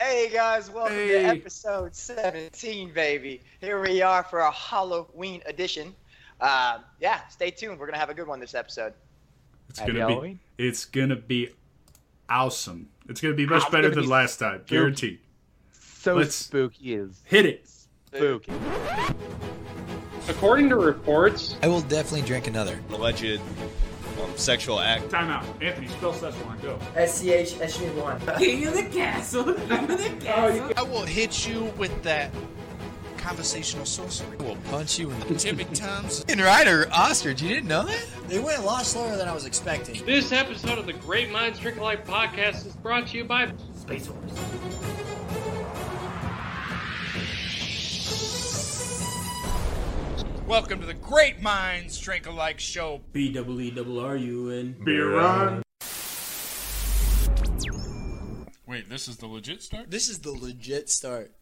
Hey guys, welcome Hey. to episode 17, baby. Here we are for a Halloween edition. Uh, yeah, stay tuned. We're gonna have a good one this episode. It's Happy gonna be. Halloween. It's gonna be awesome. It's gonna be much It's better gonna than be last time, guaranteed. So Let's- spooky is Hit it. spooky. According to reports, I will definitely drink another. alleged um, sexual act. Time out, Anthony. Spell Szechuan. Go. King of the castle, king of the castle. I will hit you with that conversational sorcery. I will punch you in the. Timid times. And Ryder Ostrich, you didn't know that? They went a lot slower than I was expecting. this episode of the Great Minds Drink Alike podcast is brought to you by Space Force. Welcome to the Great Minds Drink Alike Show. B double E double R U N. Beer run. Wait, this is the legit start? This is the legit start.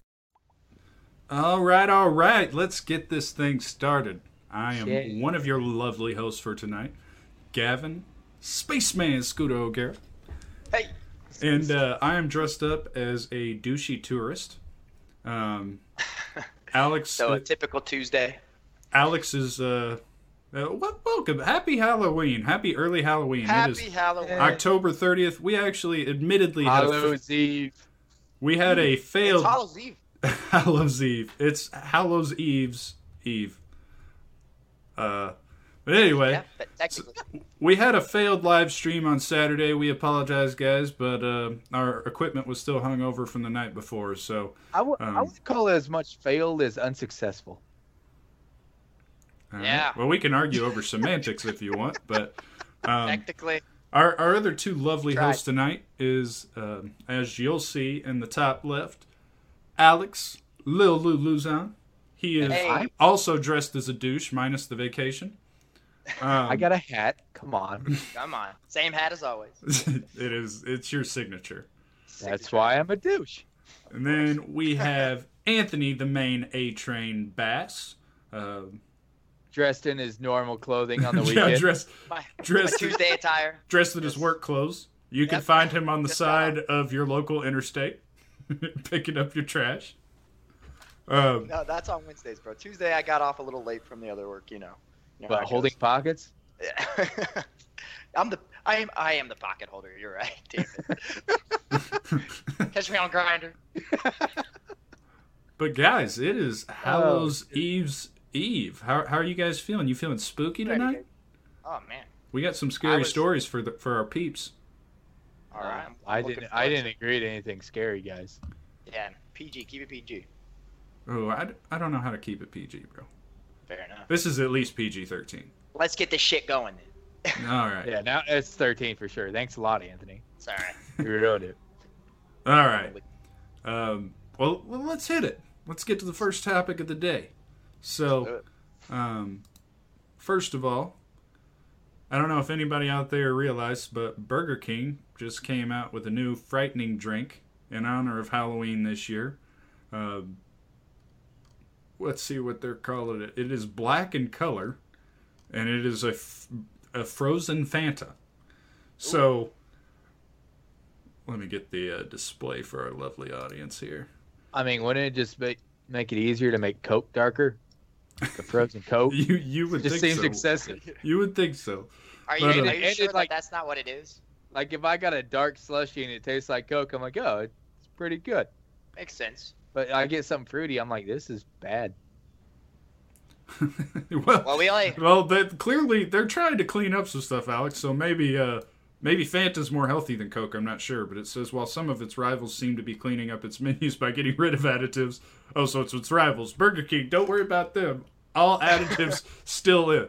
All right, all right. Let's get this thing started. I am Shit. one of your lovely hosts for tonight, Gavin, Spaceman Scooter O'Gara, Hey, and uh, I am dressed up as a douchey tourist. Um, Alex. so a typical Tuesday. Alex is. Uh, uh, wel- welcome. Happy Halloween. Happy early Halloween. It is- Happy Halloween. October 30th, we actually admittedly had a, Hallows Eve. we had a It's failed Halloween. Eve. Hallows Eve. It's Hallows Eve's Eve. Uh, but anyway, Yeah, but technically. we had a failed live stream on Saturday. We apologize, guys, but uh, our equipment was still hung over from the night before. So I w- I Um, would call it as much failed as unsuccessful. all right. Yeah. uh, well, we can argue over semantics if you want, but um, technically. Our, our other two lovely Tried. hosts tonight is, um, as you'll see in the top left, Alex Lil Lou Luzon. He is Hey. also dressed as a douche, minus the vacation. Um, I got a hat. Come on. Come on. Same hat as always. it is it's your signature. That's why I'm a douche. And then we have Anthony, the main A Train Bass. Um Dressed in his normal clothing on the yeah, weekend. dressed My, my dressed Tuesday attire. dressed in his work clothes. You can Yep. find him on the Good side of your local interstate, picking up your trash. Um, No, that's on Wednesdays, bro. Tuesday I got off a little late from the other work, you know. You know how but it holding pockets. goes. I'm the I am I am the pocket holder. You're right. Damn it. Catch me on grinder. But guys, it is Oh, Hallows Eve's Eve. How, how are you guys feeling? You feeling spooky Pretty tonight? good. Oh man. We got some scary was- stories for the, for our peeps. All right. I'm I looking didn't. forward I to didn't agree to anything scary, guys. it. Yeah. PG. Keep it PG. Oh, I, d- I don't know how to keep it PG, bro. Fair enough. This is at least PG thirteen. Let's get this shit going. Then. All right, Yeah. Now it's 13 for sure. Thanks a lot, Anthony. It's all right. You ruined it. all right. Um, well, well, let's hit it. Let's get to the first topic of the day. So, um, first of all, I don't know if anybody out there realized, but Burger King just came out with a new frightening drink in honor of Halloween this year. Um, let's see what they're calling it. It is black in color, and it is a, f- a frozen Fanta. So, let me get the uh, display for our lovely audience here. I mean, wouldn't it just make make it easier to make Coke darker? The frozen Coke. You you would Oh, It just think seems so. excessive. You would think so. Are you, But, uh, are you and sure it, that like- that's not what it is? Like if I got a dark slushy and it tastes like Coke, I'm like, oh, it's pretty good. Makes sense. But I get something fruity, I'm like, this is bad. well, Well, we only well, that clearly they're trying to clean up some stuff, Alex. So maybe uh, maybe Fanta's more healthy than Coke. I'm not sure, but it says while some of its rivals seem to be cleaning up its menus by getting rid of additives. Oh, so it's its rivals. Burger King, don't worry about them. All additives still in,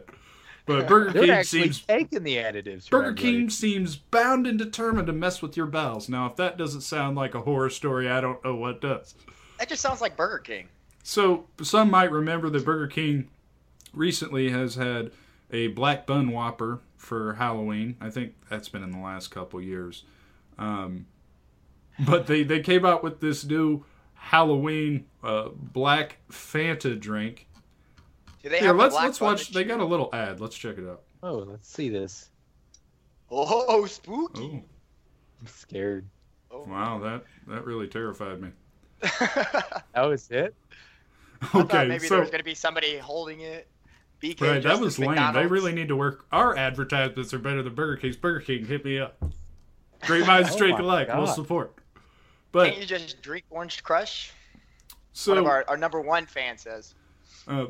but Burger They're King actually seems taking the additives. from Burger everybody. King seems bound and determined to mess with your bowels. Now, if that doesn't sound like a horror story, I don't know what does. that just sounds like Burger King. So, some might remember that Burger King recently has had a black bun Whopper for Halloween. I think that's been in the last couple years. Um, but they, they came out with this new Halloween uh, black Fanta drink. Do they Here, have the let's black let's bun watch. that They you- got a little ad. Let's check it out. Oh, let's see this. Oh, spooky. Oh, I'm scared. Oh. Wow, that that really terrified me. That was it. I thought Okay, maybe there so was going to be somebody holding it. BK right, that Justice was lame. They McDonald's. really need to work. Our advertisements are better than Burger King's. Burger King, hit me up. Great minds Oh drink my alike. We'll God. support. Can't But you just drink Orange Crush? One so of our, our number one fan says. Uh,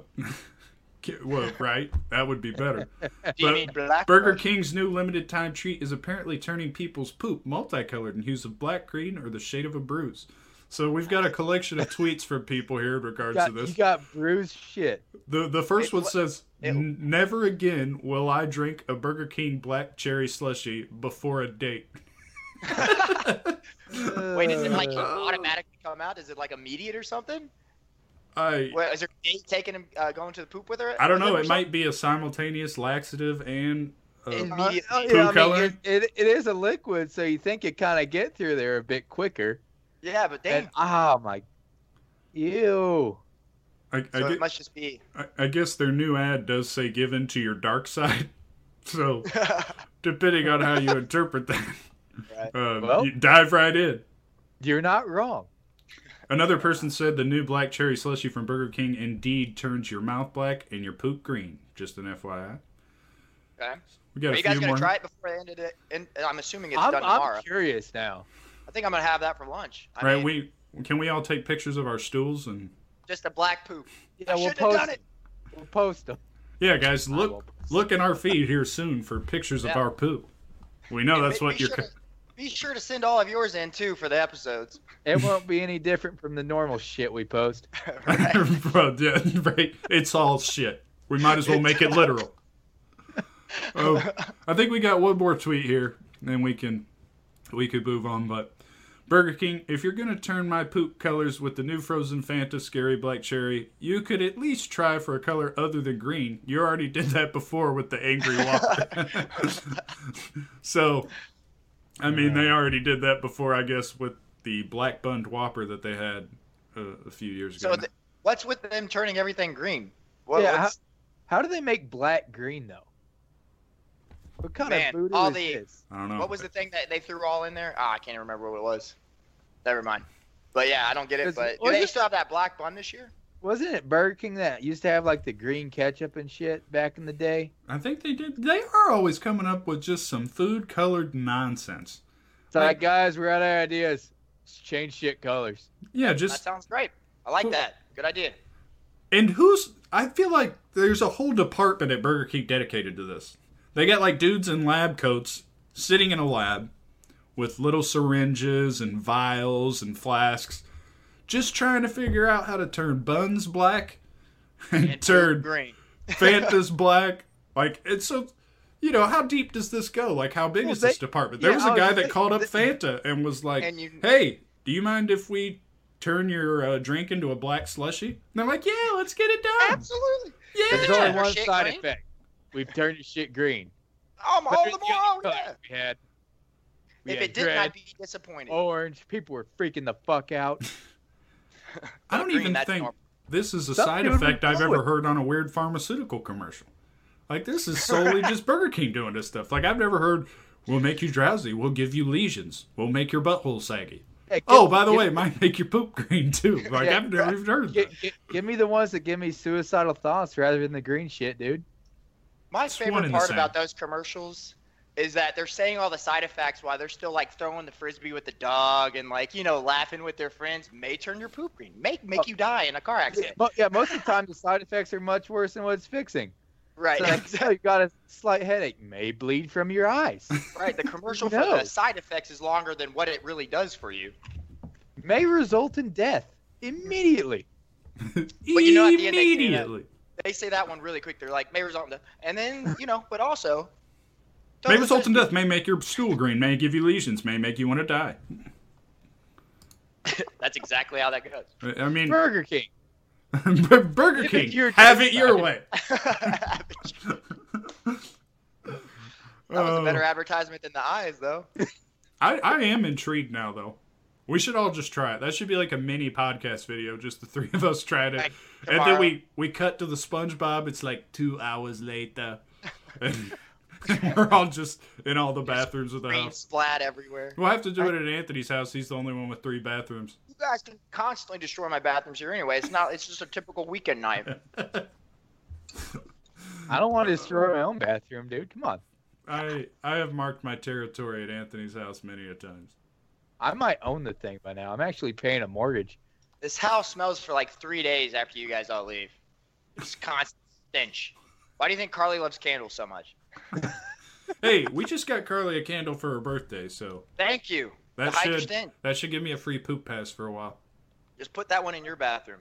ki- well, right, that would be better. Do you But need black Burger Crush? King's new limited time treat is apparently turning people's poop multicolored in hues of black, green, or the shade of a bruise. So we've got a collection of tweets from people here in regards Got- to you this. got bruised shit. the the first It one wa- says, it- "N- "Never again will I drink a Burger King black cherry slushy before a date." Wait, is it like Uh. you automatically come out? Is it like immediate or something? I Wait, is there a date taking him uh, going to the poop with her? I don't with him know. or It might be a simultaneous laxative and uh, something? Immediate. Uh, Food yeah, I mean, coloring? it, it, it is a liquid, so you think it kind of get through there a bit quicker. yeah, but And, dang. oh my, ew. I, I so get- it must just be. I, I guess their new ad does say "give in to your dark side," so depending on how you interpret that, Right. um, Well- you dive right in. You're not wrong. Another person said the new black cherry slushy from Burger King indeed turns your mouth black and your poop green. Just an FYI. Okay. We got Are you a few guys gonna more. try it before the end of it? And and I'm assuming it's I'm, done I'm tomorrow. curious now. I think I'm gonna have that for lunch. I right? mean, we can we all take pictures of our stools and just a black poop. Yeah, I we'll shouldn't have post. done it. We'll post them. yeah, guys, will. look look in our feed here soon for pictures of Yeah. our poop. We know And that's be- what be you're. Sure to, be sure to send all of yours in too for the episodes. It won't be any different from the normal shit we post. Bro, yeah, right. It's all shit. We might as well make it literal. Oh, I think we got one more tweet here, and we can we could move on. But Burger King, if you're gonna turn my poop colors with the new frozen Fanta Scary Black Cherry, you could at least try for a color other than green. You already did that before with the Angry Whopper. so, I mean, they already did that before, I guess, with the black bunned Whopper that they had uh, a few years ago. So th- what's with them turning everything green? What, Yeah, what's- How do they make black green though? What kind Man, of voodoo all is the- this? I don't know. what was the thing that they threw all in there? Ah, I can't remember what it was. Never mind. But yeah, I don't get it. Is- But do was they it- still have that black bun this year? Wasn't it Burger King that used to have like the green ketchup and shit back in the day? I think they did. They are always coming up with just some food colored nonsense. It's like, guys, we're out of ideas. Let's change shit colors. Yeah, That just sounds great. I like that. Good idea. and who's? I feel like there's a whole department at Burger King dedicated to this. They got like dudes in lab coats sitting in a lab with little syringes and vials and flasks, just trying to figure out how to turn buns black and, And turn poop green. Fanta's black. Like it's so, you know, how deep does this go? Like how big Well, is this they- department? There yeah, was I a was guy just that like- called up th- Fanta and was like, And you- "Hey, do you mind if we turn your uh, drink into a black slushy?" And they're like, "Yeah, let's get it done." Absolutely. There's Yeah. only Or one shit side green. effect. We've turned your shit green. I'm But all there's the the more. other Yeah. colors We had. We If had Oh, it didn't, I'd red, be disappointed. orange. People were freaking the fuck out. I don't Green, even that's think normal. this is a Some side dude would effect I've do ever it. heard on a weird pharmaceutical commercial. Like this is solely just Burger King doing this stuff. Like I've never heard. We'll make you drowsy. We'll give you lesions. We'll make your butthole saggy. Hey, give- Oh, by the give- way, might make your poop green too. Like Yeah. I've never even heard that. Gi- gi- give me the ones that give me suicidal thoughts rather than the green shit, dude. My one favorite and the part same. about those commercials is that they're saying all the side effects while they're still like throwing the frisbee with the dog and like you know laughing with their friends may turn your poop green, make make you die in a car accident. Mo- yeah, most of the time the side effects are much worse than what it's fixing. Right, So, like, oh, you got a slight headache, may bleed from your eyes, right. The commercial for No. the side effects is longer than what it really does for you. may result in death immediately. But you know, at the end they say that. immediately. They say that one really quick. They're like may result in, death." and then you know, but also May result in death. May make your stool green. May give you lesions. May make you want to die. That's exactly how that goes. I I mean, Burger King. Burger Give it King, your have taste it your way. that was a Oh. better advertisement than the eyes, though. I, I am intrigued now, though. We should all just try it. That should be like a mini podcast video, just the three of us trying it. Like, and then tomorrow. we, we cut to the SpongeBob. It's like two hours later. And We're all just in all the bathrooms of the Rain house. splat everywhere. We'll have to do it at Anthony's house. He's the only one with three bathrooms. You guys can constantly destroy my bathrooms here anyway. It's not. It's just a typical weekend night. I don't want to destroy my own bathroom, dude. Come on. I I have marked my territory at Anthony's house many a times. I might own the thing by now. I'm actually paying a mortgage. This house smells for like three days after you guys all leave. It's constant stench. Why do you think Carly loves candles so much? Hey, we just got Carly a candle for her birthday, so Thank you. that the hydro should stench. that should give me a free poop pass for a while. Just put that one in your bathroom.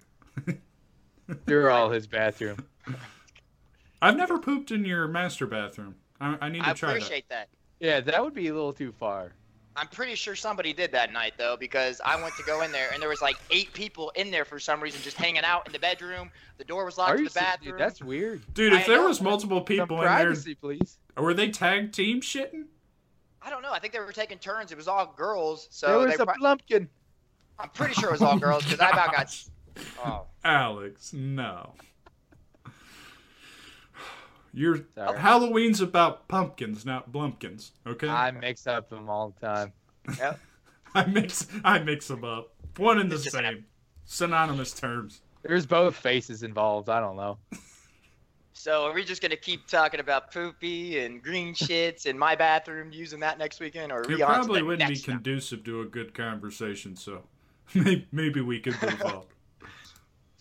Through all his bathroom. I've never pooped in your master bathroom. I, I need to I try appreciate that. Yeah, that would be a little too far. I'm pretty sure somebody did that night though, because I went to go in there and there was like eight people in there for some reason, just hanging out in the bedroom. The door was locked Are to you the serious, bathroom. dude? That's weird. that. Dude, if I there know. was multiple Some people in there, privacy, please. were they tag team shitting? I don't know. I think they were taking turns. It was all girls, there so was they. a Pro- plumpkin. I'm pretty sure it was all girls because I about got. Oh, Alex, no. You're Sorry. Halloween's about pumpkins, not blumpkins. Okay, I mix up them all the time. I mix I mix them up. One and the It's just same, synonymous terms. There's both faces involved. I don't know. so are we just gonna keep talking about poopy and green shits in my bathroom using that next weekend, or are It we on to probably the wouldn't be next one? conducive to a good conversation, so may- maybe we could move on.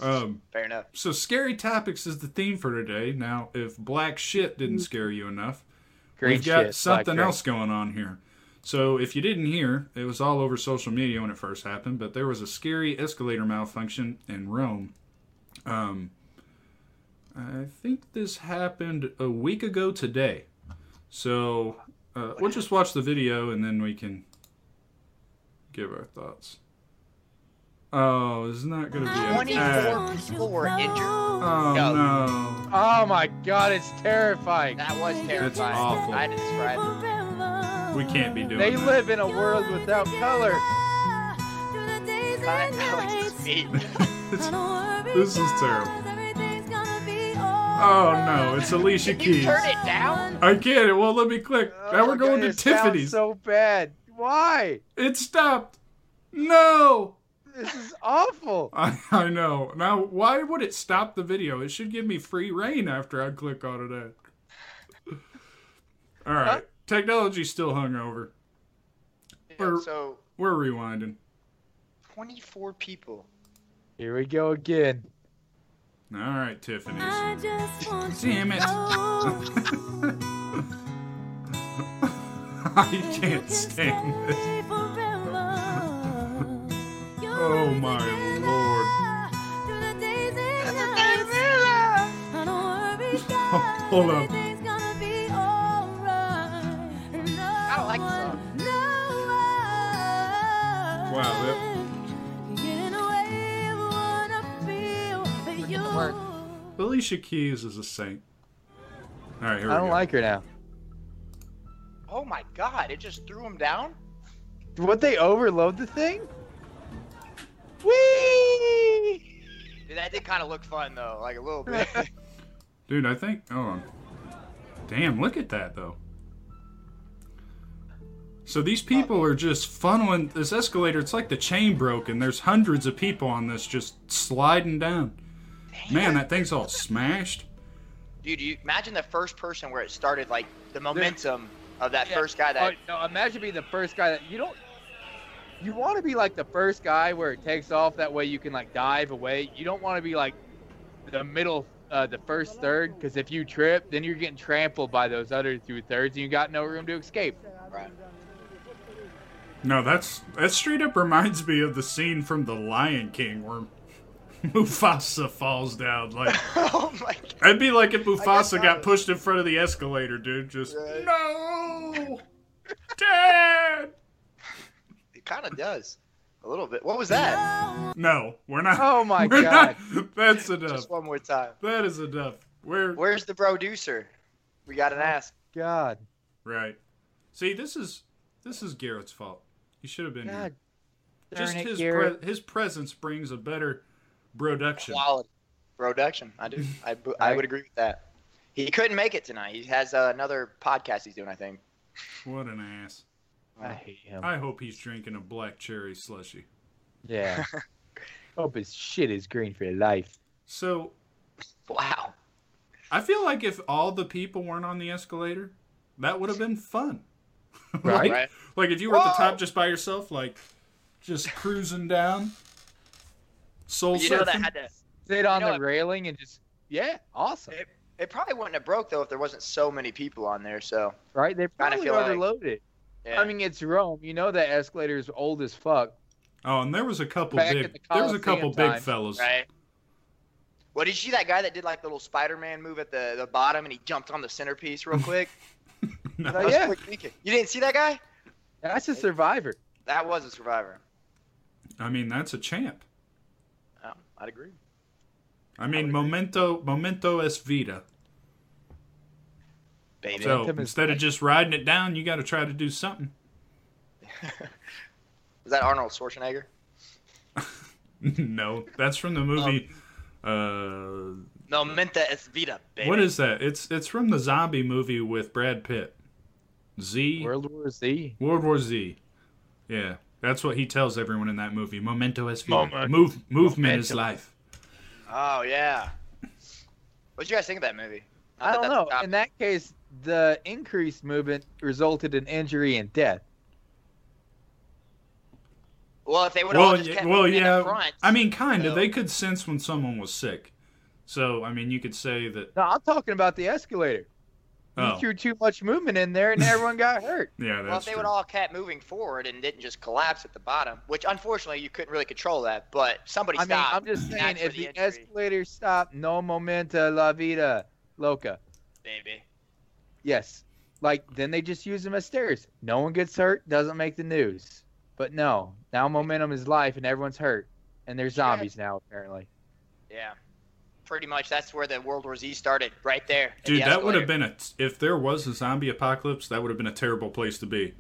Um, Fair enough. so scary topics is the theme for today. Now, if black shit Mm. didn't scare you enough, Green We've got shit, something black else going on here. So if you didn't hear, it was all over social media when it first happened, but there was a scary escalator malfunction in Rome. Um, I think this happened a week ago today. So uh, we'll just watch the video and then we can give our thoughts. Oh, this is not going to be an 24 ad. people were injured. Oh go. no! Oh my god, it's terrifying. That was terrifying. That's awful. I described it. We can't be doing They that. live in a world without color. Cut Alex's feet. This is terrible. Oh no! It's Alicia Can you Keys. turn it down? I can't. It won't let me click. now Oh we're my going God, to it sounds Tiffany's. So bad. Why? It stopped. No. This is awful. I, I know. Now, why would it stop the video? It should give me free reign after I click on it. Ad. All right. Technology's still hungover. Yeah, Or- so We're rewinding. 24 people. Here we go again. All right, Tiffany's. Damn it. I can't stand this. Oh my lord. Hold on. I don't like this song. Wow, that, Alicia Keys is a saint. All right, here we I don't go. like her now. Oh my god, it just threw him down? Would they overload the thing? Whee! Dude, that did kind of look fun though, like a little bit. Dude, I think. Hold on. Damn, look at that though. So these people are just funneling this escalator. It's like the chain broke, and there's hundreds of people on this just sliding down. Man, that thing's all smashed. Dude, you imagine the first person where it started, like the momentum of that first guy Oh, that. no, imagine being the first guy that you don't. You want to be like the first guy where it takes off. That way you can like dive away. You don't want to be like the middle, uh, the first third, because if you trip, then you're getting trampled by those other two thirds, and you got no room to escape. Right. No, that's that straight up reminds me of the scene from The Lion King where Mufasa falls down. Like oh my I'd be like if guess Mufasa not. got pushed in front of the escalator, dude. Just Right. no, Dad. It kind of does. A little bit. What was that? No, we're not. Oh my we're god! not- that's enough. Just one more time. That is enough. We're Where's the producer? We got an ask. God, right. See, this is this is Garrett's fault. He should have been God, here. Just darn it, his Garrett. pre- his presence brings a better production. Quality. Production. I do. I, bu- I would agree with that. He couldn't make it tonight. He has uh, another podcast he's doing, I think. What an ass. I hate him. I hope he's drinking a black cherry slushy. Yeah. Hope his shit is green for life. So Wow. I feel like if all the people weren't on the escalator, that would have been fun. Right. Right. Like if you were at the Whoa. top just by yourself, like just cruising down, soul You know surfing. that had to. Sit You on know the what? railing and just yeah, awesome. It probably wouldn't have broke though if there wasn't so many people on there. So Right? They probably feel like- overloaded. it. yeah. I mean, it's Rome. You know that escalator is old as fuck. oh, and there was a couple Back big. in the there was a couple Coliseum big time. fellas. right. Well, did you see that guy that did like the little Spider-Man move at the, the bottom and he jumped on the centerpiece real quick? No. That was yeah. quick thinking. You didn't see that guy? That's a survivor. That was a survivor. I mean, that's a champ. Oh, I'd agree. I mean, momento, momento es vida. Baby. So Momentum is instead of just riding it down, you got to try to do something. Is that Arnold Schwarzenegger? no, that's from Um, the movie. No, Menta es vida, uh, baby. what is that? It's it's from the zombie movie with Brad Pitt. Z World War Z. World War Z. Yeah, that's what he tells everyone in that movie. Memento es vida. Move, movement is life. Oh yeah. What'd you guys think of that movie? I thought don't that's know. top- In that case, the increased movement resulted in injury and death. Well, if they would have Well, just yeah, kept well, moving in yeah. the front, I mean, kind of. so- They could sense when someone was sick. So, I mean, you could say that. No, I'm talking about the escalator. Oh, You threw too much movement in there, and everyone got hurt. yeah, well, if that's they true. would all kept moving forward and didn't just collapse at the bottom, which unfortunately you couldn't really control that, but somebody I mean, stopped. I'm just That's saying, for if the the, injury, escalator stopped, no momenta, la vida, loca. baby. Yes. Like then they just use them as stairs. No one gets hurt, doesn't make the news. But no, now momentum is life and everyone's hurt. And they're zombies now apparently. Yeah. Pretty much, that's where the World War Z started, right there. in Dude, the that would escalator. have been a. If there was a zombie apocalypse, that would have been a terrible place to be.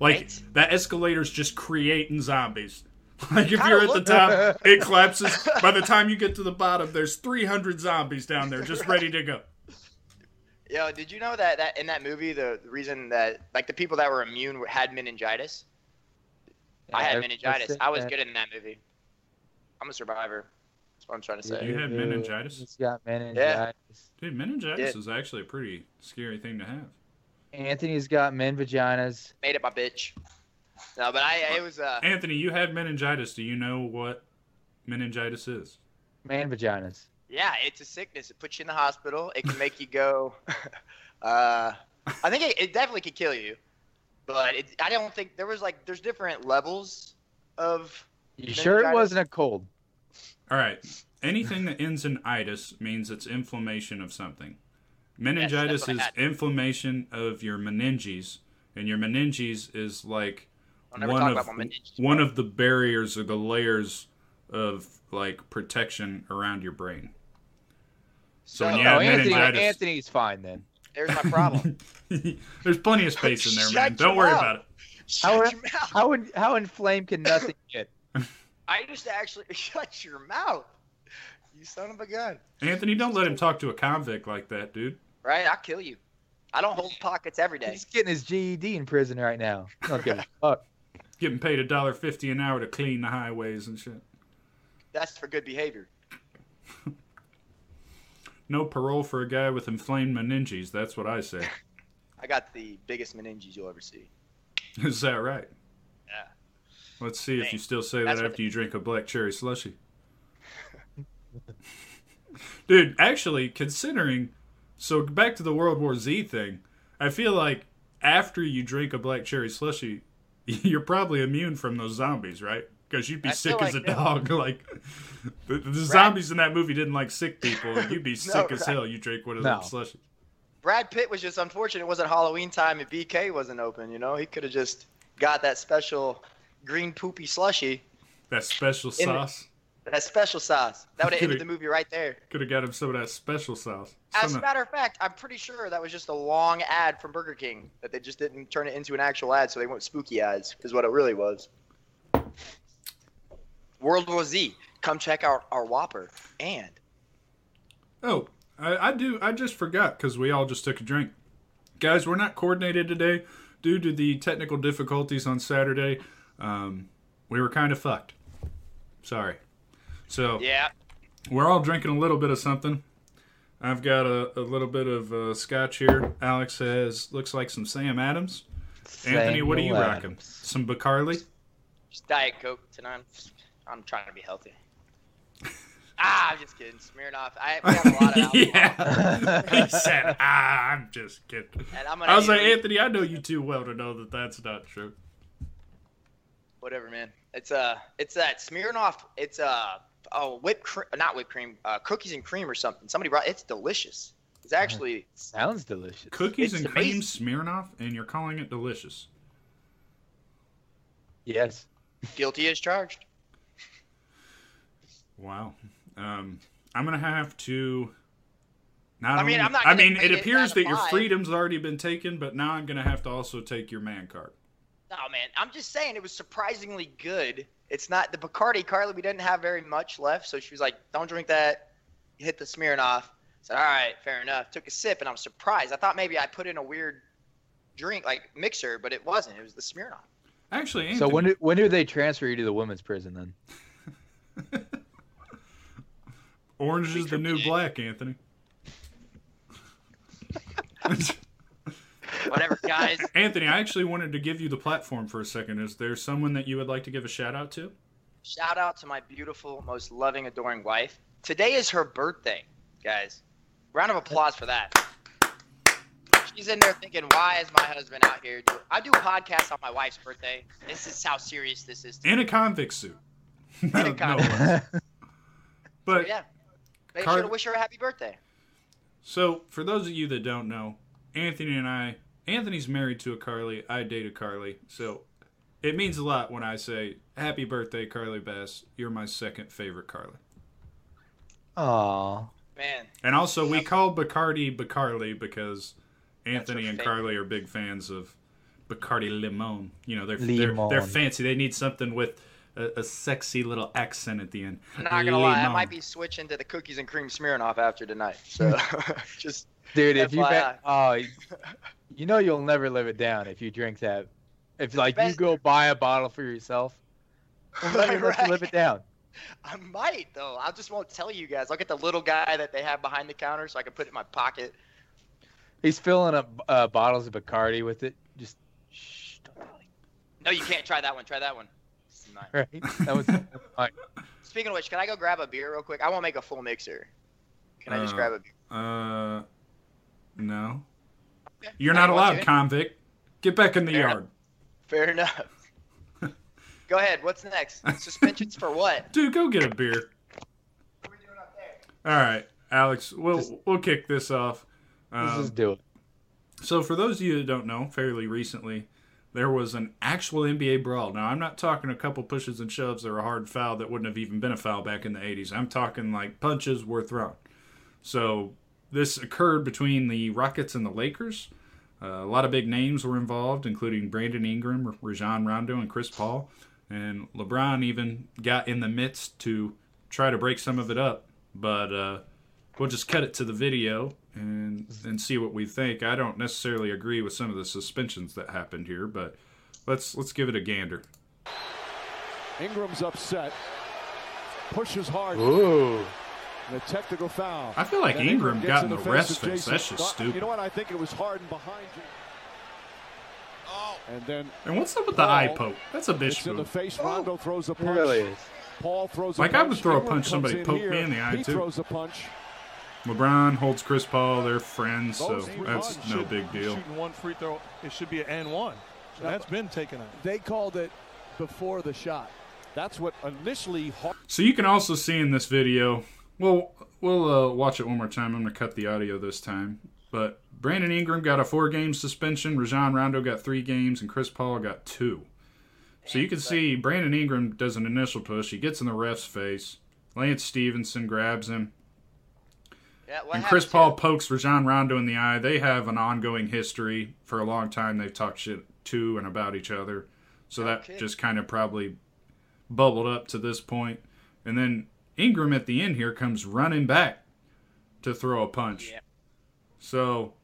Like Right? that escalator's just creating zombies. Like if Kinda you're at the look- top, it collapses. By the time you get to the bottom, there's 300 zombies down there just ready to go. Yo, did you know that, that in that movie, the, the reason that like the people that were immune were- had meningitis? I had Everyone's meningitis. sick, I was man. good in that movie. I'm a survivor. That's what I'm trying to say. You had meningitis? Everyone's got meningitis. Dude, meningitis Yeah. is actually a pretty scary thing to have. Anthony's got men vaginas. Made it my bitch. No, but I it was uh Anthony, you had meningitis. Do you know what meningitis is? Man vaginas. yeah, it's a sickness. It puts you in the hospital. It can make you go. uh, I think it, it definitely could kill you, but it, I don't think there was like there's different levels of. You sure it Meningitis. wasn't a cold? All right. Anything that ends in itis means it's inflammation of something. Meningitis that's what I is had. inflammation of your meninges, and your meninges is like I'll never one talk of about my meninges. one of the barriers or the layers of like protection around your brain. So, oh, when you No, have Anthony, meningitis, Anthony's fine then. There's my problem. there's plenty of space in there, man. Shut Don't your worry mouth. about it. shut would- your mouth. How in, how inflamed can nothing get? I just actually shut your mouth. You son of a gun. Anthony, don't let him talk to a convict like that, dude. Right? I'll kill you. I don't hold pockets every day. He's getting his GED in prison right now. I Don't give a fuck. Getting paid a dollar fifty an hour to clean the highways and shit. That's for good behavior. No parole for a guy with inflamed meninges. That's what I say. I got the biggest meninges you'll ever see. Is that right? Yeah. Let's see if Dang. you still say That's that what after you drink a black cherry slushy. Dude, actually, considering. So back to the World War Z thing, I feel like after you drink a black cherry slushy, you're probably immune from those zombies, right? Because you'd be I feel sick as a like that- dog. Like the, the zombies in that movie didn't like sick people. and You'd be sick as right. hell. You drink one of No. those slushies. Brad Pitt was just unfortunate. It wasn't Halloween time and BK wasn't open. You know, he could have just got that special green poopy slushy, That special In it. sauce. that special sauce. That would have Coulda- ended the movie right there. Could have got him some of that special sauce. As Some a of- matter of fact, I'm pretty sure that was just a long ad from Burger King that they just didn't turn it into an actual ad, so they went spooky ads, is what it really was. World War Z, come check out our Whopper and oh, I, I do. I just forgot because we all just took a drink. Guys, we're not coordinated today due to the technical difficulties on Saturday. Um, we were kind of fucked. Sorry. So Yeah. we're all drinking a little bit of something. I've got a, a little bit of uh, scotch here. Alex has looks like some Sam Adams. Anthony, what are you rocking? Some Bacardi. Just Diet Coke tonight. I'm trying to be healthy. ah, I'm just kidding. Smirnoff. I we have a lot of alcohol, yeah. he said, "Ah, I'm just kidding." and I'm gonna I was like, eat Anthony, I know you too well to know that that's not true. whatever, man. It's uh, it's that Smirnoff. It's uh, oh, whipped cream, not whipped cream, uh, cookies and cream or something. Somebody brought. It's delicious. It's actually Sounds delicious. Cookies It's and cream amazing. Smirnoff, and you're calling it delicious. Yes. guilty as charged. Wow. Um, I'm gonna have to. Not I mean, only- I'm not I gonna mean, make it it appears out of that your mine. freedom's already been taken, but now I'm gonna have to also take your man card. No, man. I'm just saying it was surprisingly good. It's not the Bacardi. Carly, we didn't have very much left, so she was like, "Don't drink that." Hit the Smirnoff. Said, "All right, fair enough." Took a sip, and I'm surprised. I thought maybe I put in a weird drink like mixer, but it wasn't. It was the Smirnoff. Actually, Anthony, So when do, when do they transfer you to the women's prison then? Orange is the new black, Anthony. Whatever, guys. Anthony, I actually wanted to give you the platform for a second. Is there someone that you would like to give a shout out to? Shout out to my beautiful, most loving, adoring wife. Today is her birthday, guys. Round of applause for that. She's in there thinking, why is my husband out here? Do- I do podcasts on my wife's birthday. This is how serious this is. To In a convict suit. No, In a convict no worries. but yeah. Make Car- sure to wish her a happy birthday. so for those of you that don't know, Anthony and I, Anthony's married to a Carly. I date a Carly, so it means a lot when I say "Happy birthday, Carly Bass. You're my second favorite Carly." Aw. Man, And also, we call Bacardi Bacardi because Anthony her and favorite. Carly are big fans of Bacardi Limon. You know, they're Limon. they're, they're fancy. They need something with a, a sexy little accent at the end. I'm not going to lie. I Limon. might be switching to the cookies and cream Smirnoff after tonight. So just Dude, if you FYI. bet, oh, you know you'll never live it down if you drink that. If like you best- go buy a bottle for yourself, you'll never let you live it down. I might though. I just won't tell you guys. I'll get the little guy that they have behind the counter so I can put it in my pocket. He's filling up uh, bottles of Bacardi with it. Just shh, don't tell him, No, you can't try that one. Try that one. It's not- right? That was all right. Speaking of which, can I go grab a beer real quick? I won't make a full mixer. Can I just Uh, grab a beer? Uh, no. You're I not don't want allowed, to. convict. Get back in the Fair enough. yard. Fair enough. go ahead. What's next? Suspensions for what? Dude, go get a beer. All right, Alex, we'll, we'll kick this off. Let's Um, just do it. So, for those of you that don't know, fairly recently there was an actual NBA brawl. Now, I'm not talking a couple pushes and shoves or a hard foul that wouldn't have even been a foul back in the 80s. I'm talking like punches were thrown. So, this occurred between the Rockets and the Lakers. Uh, a lot of big names were involved, including Brandon Ingram, Rajon Rondo, and Chris Paul. And LeBron even got in the midst to try to break some of it up. But uh, we'll just cut it to the video and Mm-hmm. and see what we think. I don't necessarily agree with some of the suspensions that happened here, but let's let's give it a gander. Ingram's upset. Pushes hard. Ooh, And a technical foul. I feel like And Ingram gets got in in the face ref's of face. Jason That's just Thot- You stupid. know what? I think it was Harden behind you. Oh. And then And what's up with the Paul, eye poke? That's a bitch it's in the move. face. Rondo throws a it punch. really is. Paul throws Oh. Like, a I punch. would throw a Ingram punch, comes somebody in poked here. me in the eye, he too. throws a punch. LeBron holds Chris Paul. They're friends, so Those three that's runs no Should- big deal. Shooting one free throw, it should be an and one. So that's been taken out. They called it before the shot. That's what initially Harden So you can also see in this video. Well, we'll uh, watch it one more time. I'm gonna cut the audio this time. But Brandon Ingram got a four-game suspension. Rajon Rondo got three games, and Chris Paul got two. So you can see Brandon Ingram does an initial push. He gets in the ref's face. Lance Stevenson grabs him, Yeah, what and happened Chris to- Paul pokes Rajon Rondo in the eye. They have an ongoing history for a long time. They've talked shit to and about each other. So that Okay. just kind of probably bubbled up to this point. And then Ingram at the end here comes running back to throw a punch. So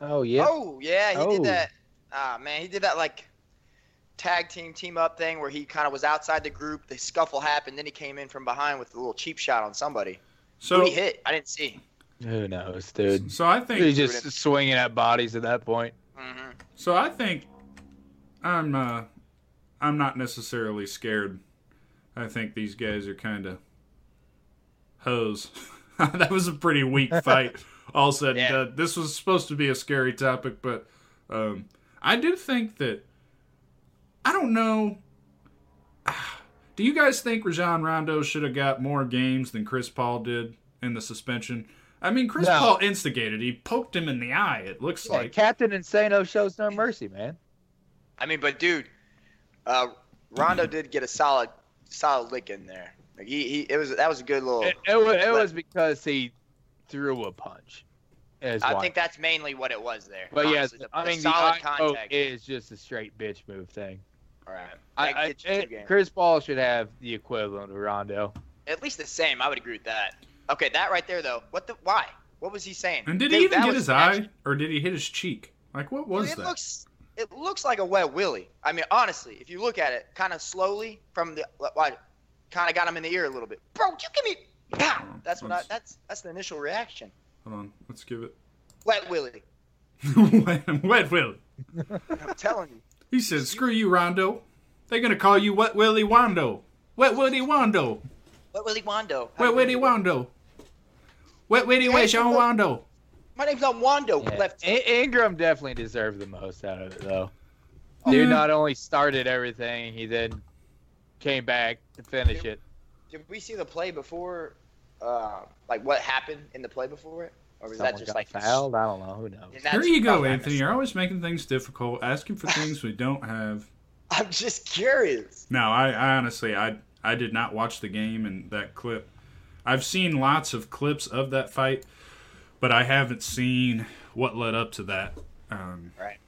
Oh yeah. Oh yeah, he Oh. did that. Ah man, he did that like tag team team up thing where he kind of was outside the group. The scuffle happened, then he came in from behind with a little cheap shot on somebody. so Who he hit? I didn't see. Who knows, dude? so I He's think just swinging at bodies at that point. hmm so I think I'm uh I'm not necessarily scared. I think these guys are kind of hoes. that was a pretty weak fight. All said and Yeah. done. This was supposed to be a scary topic, but um, I do think that I don't know. Do you guys think Rajon Rondo should have got more games than Chris Paul did in the suspension? I mean, Chris No. Paul instigated. He poked him in the eye. It looks Yeah, like Captain Insano shows no mercy, man. I mean, but dude, uh, Rondo did get a solid solid lick in there. Like he, he it was that was a good little. It, it, was, it was because he threw a punch. Is I why. think that's mainly what it was there. But yeah, honestly, the, I the mean, the solid eye poke contact. is just a straight bitch move thing. All right. I, That I, gets you two it- games. Chris Paul should have the equivalent of Rondo. At least the same. I would agree with that. Okay, that right there though. What the? Why? What was he saying? And did Dude, he even that get was his actually- eye, or did he hit his cheek? Like, what was Dude, it that? looks. It looks like a wet willy. I mean, honestly, if you look at it, kind of slowly from the, why, kind of got him in the ear a little bit. Bro, you give me. Pow! That's what I. That's- That's that's the initial reaction. Hold on, let's give it. Wet willy. Wet- Wet Willie. I'm telling you. He said, "Screw you, Rondo. They're gonna call you Wet Willie Wando. Wet Willie Wando. Wet willy Wando. Wet Willie Wando. Wet Willie West on Wando." My name's not Wando. Yeah. Left. In- Ingram definitely deserved the most out of it, though. Oh. Dude Yeah. not only started everything, he then came back to finish it. Did we see the play before? Uh, like what happened in the play before it, or was Someone that just got like fouled? I don't know. Who knows? And that's- Here you oh, go, I Anthony. missed- You're always making things difficult, asking for things we don't have. I'm just curious. No, I, I honestly, I, I did not watch the game and that clip. I've seen lots of clips of that fight, but I haven't seen what led up to that. Um, Right.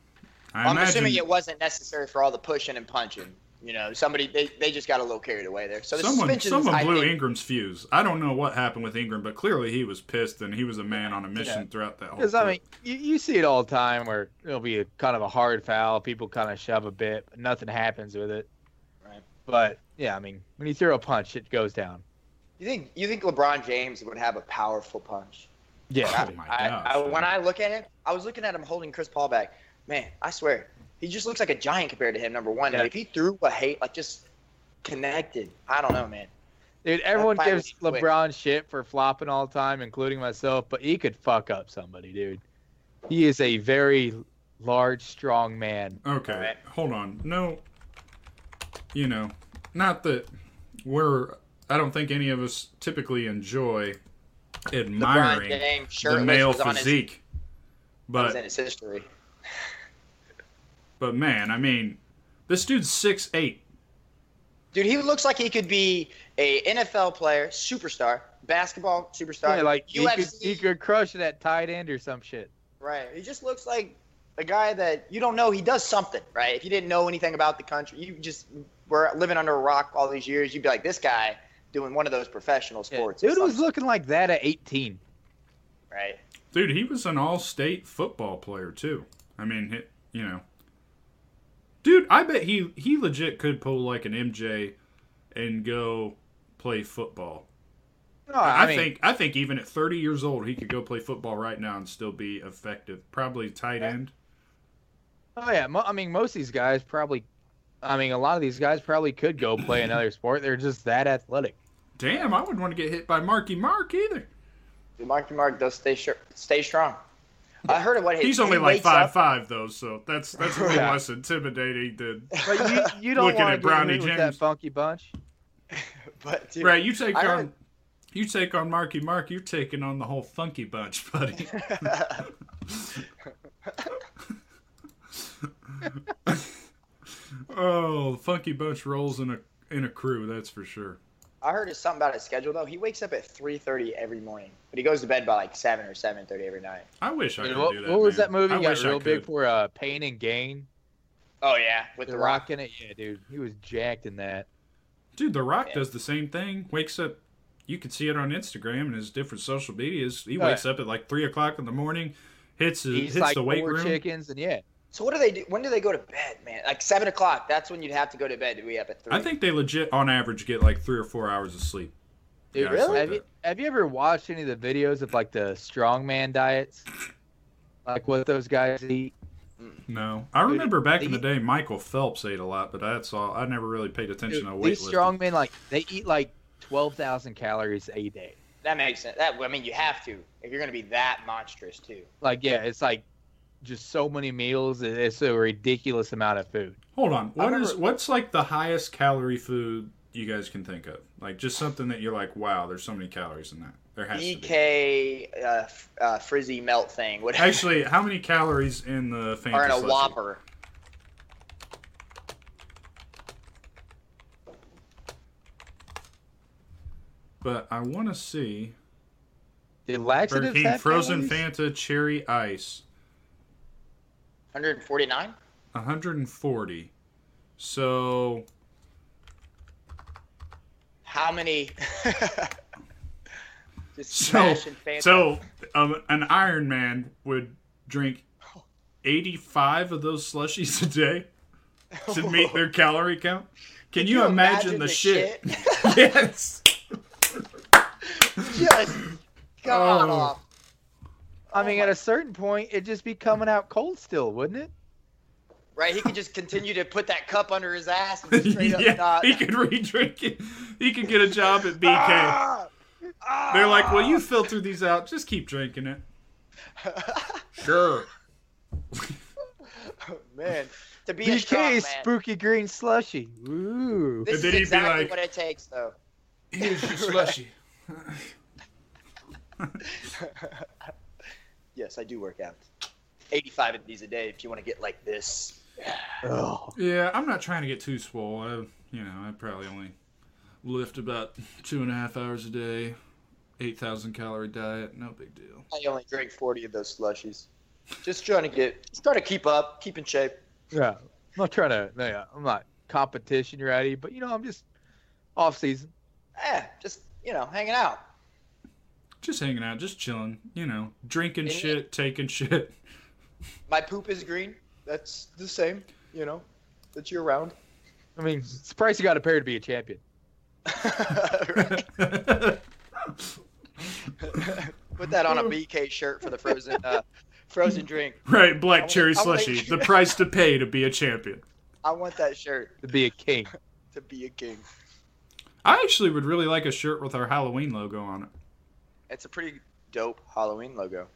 I I am imagine assuming it wasn't necessary for all the pushing and punching. You know, somebody they, they just got a little carried away there. So the someone suspensions, someone I blew think- Ingram's fuse. I don't know what happened with Ingram, but clearly he was pissed and he was a man on a mission throughout Oh, that whole. Because I clip. mean, you, you see it all the time where it'll be a, kind of a hard foul. People kind of shove a bit, but nothing happens with it. Right. But yeah, I mean, when you throw a punch, it goes down. You think you think LeBron James would have a powerful punch? Yeah. oh my I, gosh. I, when I look at him, I was looking at him holding Chris Paul back. Man, I swear, he just looks like a giant compared to him. Number one, Yeah. and if he threw a hate like just connected, I don't know, man. Dude, everyone fight gives was quick. LeBron shit for flopping all the time, including myself, but he could fuck up somebody, dude. He is a very large, strong man. Okay, Alright. hold on. No, you know, not that we're. I don't think any of us typically enjoy admiring LeBron James the shirtless male was on his, physique, was in but his history. but man, I mean, this dude's six eight. Dude, he looks like he could be a NFL player, superstar, basketball superstar. Yeah, like he UFC. could, he could crush that tight end or some shit. Right. He just looks like a guy that you don't know. He does something, right? If you didn't know anything about the country, you just were living under a rock all these years. You'd be like, this guy doing one of those professional sports. or Dude was something, looking like that at 18. right. Dude, he was an all-state football player too. I mean, he, you know, dude, I bet he he legit could pull like an MJ and go play football. No, I, I, mean, think I think even at 30 years old, he could go play football right now and still be effective. Probably tight end. Oh yeah, mo- I mean most of these guys probably, I mean a lot of these guys probably could go play another sport. They're just that athletic. Damn, I wouldn't want to get hit by Marky Mark either. Dude, Mark Mark does stay sure, stay strong. I heard of what his, He's he only like wakes five up- five though, so that's that's way Yeah. less intimidating than But you, you don't Looking want at to get Brownie hit with that James. funky bunch. but dude, right. You take I on heard- you take on Marky Mark. You're taking on the whole funky bunch, buddy. oh, funky bunch rolls in a in a crew. That's for sure. I heard it's something about his schedule though. He wakes up at three thirty every morning, but he goes to bed by like seven or seven thirty every night. I wish I could what do that. what was man. that movie I got wish I real big could. for? Uh, Pain and Gain. Oh yeah, with the, The rock. Rock in it, yeah, dude. He was jacked in that. Dude, The Rock does the same thing. Wakes up you can see it on Instagram and his different social medias. He Oh, wakes up at like three o'clock in the morning, hits his, He's hits like the weight four room. chickens, and yeah. So what do they do? When do they go to bed, man? Like seven o'clock. That's when you'd have to go to bed. Do we have at three? I think they legit on average get like three or four hours of sleep. Dude, Yeah, I really? saw Have you, that. have you ever watched any of the videos of like the strongman diets? Like what those guys eat? No, I remember back in the they- day Michael Phelps ate a lot, but that's all. I never really paid attention Dude, to these weightlifting. strongmen like they eat like twelve thousand calories a day. that makes sense. That I mean, you have to if you're gonna be that monstrous too. Like yeah, it's like just so many meals. it- It's a ridiculous amount of food. Hold on, I what is remember- what's like the highest calorie food you guys can think of? Like just something that you're like, wow, there's so many calories in that. There has to be. BK E uh, f- uh, frizzy melt thing. Whatever. Actually, how many calories in the fantasy? or in a Let's see. Whopper. But I want to see Did Burger laxatives King have frozen calories? Fanta cherry ice, 149. 140. So How many? Just so smashing Fanta. so um, an Iron Man would drink 85 of those slushies a day to meet their calorie count. Can you, imagine, the, shit? yes. Just god Oh. off. I mean, at a certain point, it'd just be coming out cold still, wouldn't it? Right, he could just continue to put that cup under his ass and just straight up yeah, not. he could re-drink it. He could get a job at BK. Ah! They're like, "Well, you filter these out. Just keep drinking it." Ah!" sure. Oh, Man, to be a strong BK man. spooky green slushy. Ooh. This E And then is he'd be exactly like- what it takes, though. Here's your slushy. Yes, I do work out. 85 of these a day if you want to get like this. Yeah, I'm not trying to get too swole. I, you know, I probably only lift about two and a half hours a day, eight thousand calorie diet. No big deal. I only drink 40 of those slushies. Just trying to get, just trying to keep up, keep in shape. Yeah, I'm not trying to. No, yeah, I'm not competition ready, but you know, I'm just off season. Eh, just, you know, hanging out. Just hanging out, just chilling. You know, drinking Idiot. shit, taking shit. My poop is green. That's the same, you know, that's year round. I mean, it's the price you got to pay to be a champion. Right? Put that on a BK shirt for the frozen, uh, frozen drink. right, black cherry I wanna- slushy. The price to pay to be a champion. I want that shirt To be a king. to be a king. I actually would really like a shirt with our Halloween logo on it. It's a pretty dope Halloween logo.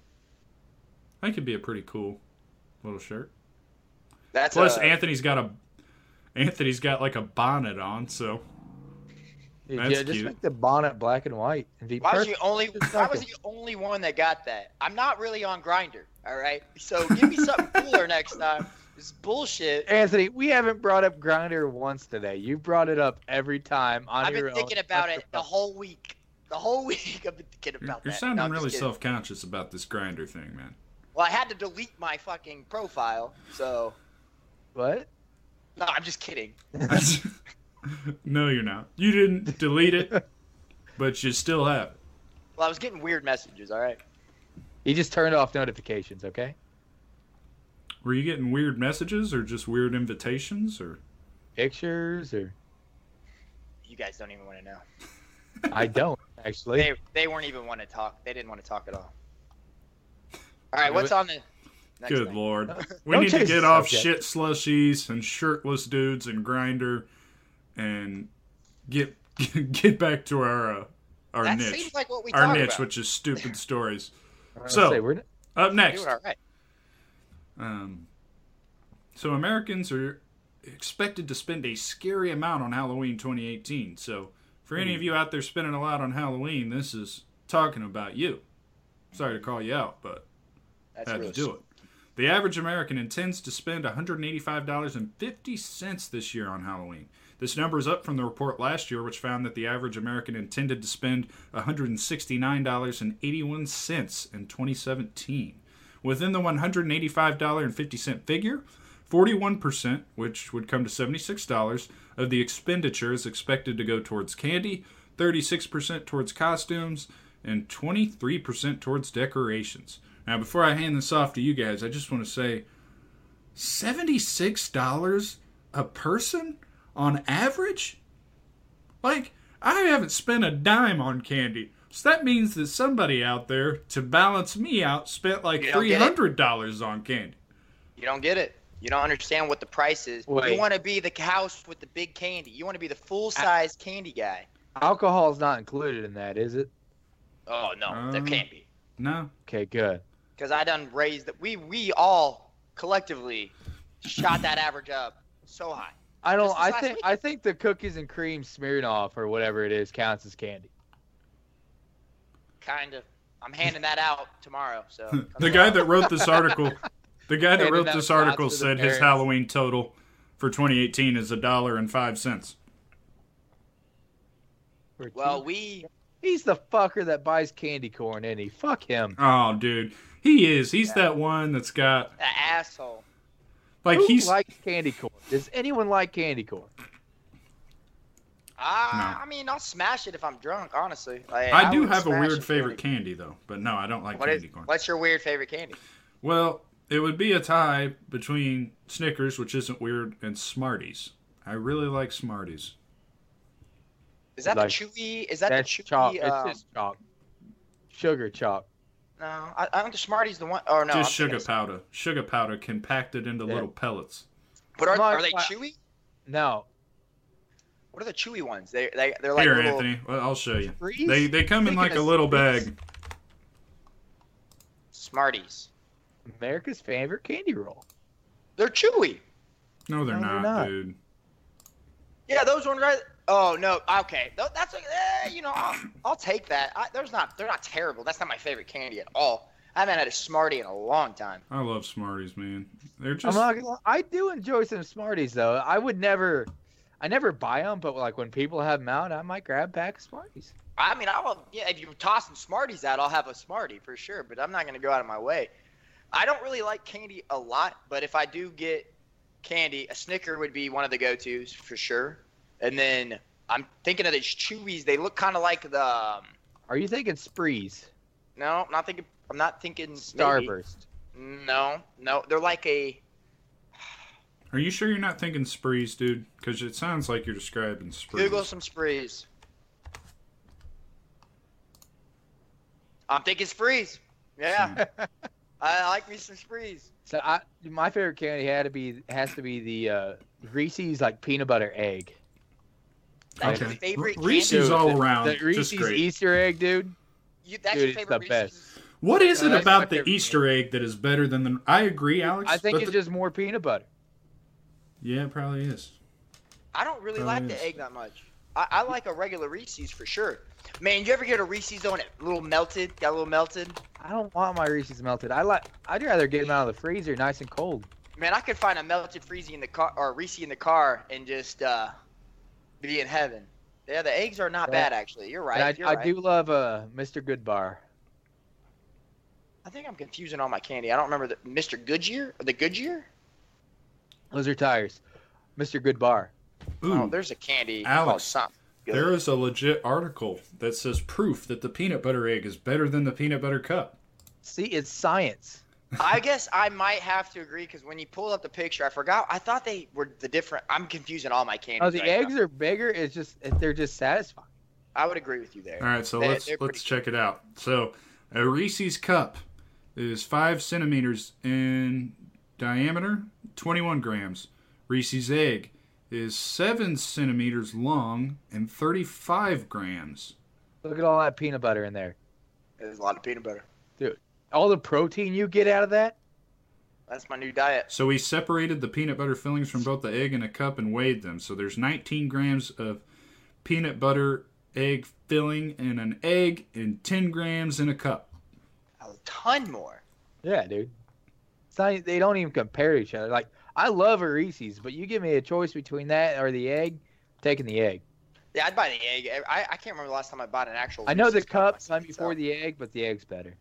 I think it'd be a pretty cool little shirt. That's Plus, a- Anthony's got a Anthony's got like a bonnet on, so Yeah, That's just cute. make the bonnet black and white and be Why was perfect. you only? Why was you only one that got that? I'm not really on Grinder. All right, so give me something cooler next time. This bullshit. Anthony, we haven't brought up Grinder once today. You brought it up every time on I've your been own. thinking about it the whole week. The whole week I've been thinking you're, about you're that. sounding No, I'm just really kidding. self conscious about this grinder thing, man. Well, I had to delete my fucking profile, so What? no, I'm just kidding. no, you're not. You didn't delete it, but you still have it. Well, I was getting weird messages. All right. He just turned off notifications. Okay. Were you getting weird messages or just weird invitations or? Pictures or You guys don't even want to know. I don't actually. They they weren't even want to talk. They didn't want to talk at all. All right, what's on the next Good thing? lord. We Don't need to change get the off subject. shit slushies and shirtless dudes and grinder and get get back to our uh, our That niche. seems like what we our talk niche, about. which is stupid stories. I was so- gonna say, we're not- Up next. Doing all right. Um, so Americans are expected to spend a scary amount on Halloween 2018. So for any of you out there spending a lot on Halloween, this is talking about you. Sorry to call you out, but That's had really to do it. The average American intends to spend $185.50 this year on Halloween. This number is up from the report last year, which found that the average American intended to spend $169.81 in 2017. Within the $185.50 figure, 41%, which would come to $76, of the expenditure is expected to go towards candy, 36% towards costumes, and 23% towards decorations. Now, before I hand this off to you guys, I just want to say $76 a person on average? Like, I haven't spent a dime on candy. So that means that somebody out there to balance me out spent like You don't get it? $300 on candy. You don't get it. You don't understand what the price is. Wait. You want to be the house with the big candy. You want to be the full size candy guy. Alcohol's not included in that, is it? Oh no, Um, that can't be. No. Okay, good. Because I done raised that. We we all collectively shot that average up so high. I don't. Just this I last think. week. I think the cookies and cream Smirnoff or whatever it is counts as candy. Kind of. I'm handing that out tomorrow. So The guy that wrote this article, the guy that Handed wrote out this shots article to the said his parents. Halloween total for 2018 is a dollar and five cents. Or Well, two. we he's the fucker that buys candy corn, and he fuck him. Oh, dude, he is. He's that one that's got that asshole. like Who he's likes candy corn? Does anyone like candy corn? Ah, I, No. I mean, I'll smash it if I'm drunk. Honestly, Like, I do would have a smash weird it favorite candy. candy though, but no, I don't like What is? candy corn. What's your weird favorite candy? Well, it would be a tie between Snickers, which isn't weird, and Smarties. I really like Smarties. Is that Like- the chewy? Is that That's uh, the chewy? chalk. um, It's just chalk. Sugar chalk. No, I, I think the Smarties the one. Oh no, Just I'm sugar thinking- powder, sugar powder compacted into Yeah. little pellets. But are, Smart- are they smart- chewy? No. What are the chewy ones? They they they're like Here, little. Anthony, well, I'll show you. Freeze? They they come in Speaking like a of little Smarties. bag. Smarties. America's favorite candy roll. They're chewy. No, they're No, they're not, not. dude. Yeah, those ones right. Oh no, okay. Tho- That's like, eh, you know, I'll, I'll take that. I, there's not, they're not terrible. That's not my favorite candy at all. I haven't had a Smartie in a long time. I love Smarties, man. They're I'm just not gonna, lie, I do enjoy some Smarties though. I would never, I never buy them, but like when people have them out, I might grab a pack of Smarties. I mean, I'll yeah. If you're tossing Smarties out, I'll have a Smartie for sure. But I'm not gonna go out of my way. I don't really like candy a lot, but if I do get candy, a Snicker would be one of the go-tos for sure. And then I'm thinking of these Chewies. They look kind of like the. Um, Are you thinking Sprees, no, I'm not thinking. I'm not thinking maybe. Starburst? No, no, they're like a. Are you sure you're not thinking sprees, dude? Because it sounds like you're describing sprees. Google some sprees. I'm thinking sprees. Hmm. Yeah, I like me some sprees. So I, my favorite candy had to be has to be the uh, Reese's like peanut butter egg. That's your Okay. favorite Re- candy. Reese's all the- around, The just Reese's great. Easter egg, dude. You, that's Dude, your it's favorite the best. Reese's? What is it Uh, about it's my the favorite Easter egg that is better than the? I agree, Alex. I think but it's the- just more peanut butter. yeah, it probably is. I don't really Oh, like yes. the egg that much. I, I like a regular Reese's for sure. Man, you ever get a Reese's on it? A little melted, got a little melted. I don't want my Reese's melted. I like. I'd rather get them out of the freezer, nice and cold. Man, I could find a melted Freezy in the car or Reese in the car and just uh, be in heaven. Yeah, the eggs are not Yeah. bad actually. You're right. And I, you're I right. do love uh, Mr. Goodbar. I think I'm confusing all my candy. I don't remember the Mr. Goodyear or the Goodyear. Those are tires. Mr. Goodbar. Ooh, Oh, there's a candy called Alex, something. Good. there is a legit article that says proof that the peanut butter egg is better than the peanut butter cup. See, it's science. I guess I might have to agree because when you pulled up the picture, I forgot. I thought they were the different. I'm confusing all my candies. Oh, the right eggs now. are bigger. It's just they're just satisfying. I would agree with you there. All right, so They- let's they're let's pretty- check it out. So, a Reese's cup is five centimeters in diameter, twenty-one grams. Reese's egg is seven centimeters long and thirty-five grams. Look at all that peanut butter in there. There's a lot of peanut butter. All the protein you get out of that. That's my new diet. So we separated the peanut butter fillings from both the egg and a cup and weighed them. So there's 19 grams of peanut butter egg filling in an egg and 10 grams in a cup. A ton more. Yeah, dude. It's not, they don't even compare to each other. Like I love a Reese's, but you give me a choice between that or the egg, I'm taking the egg. Yeah, I'd buy the egg. eh, I, I can't remember the last time I bought an actual. I know the Reese's cup myself, come before so. the egg, but the egg's better.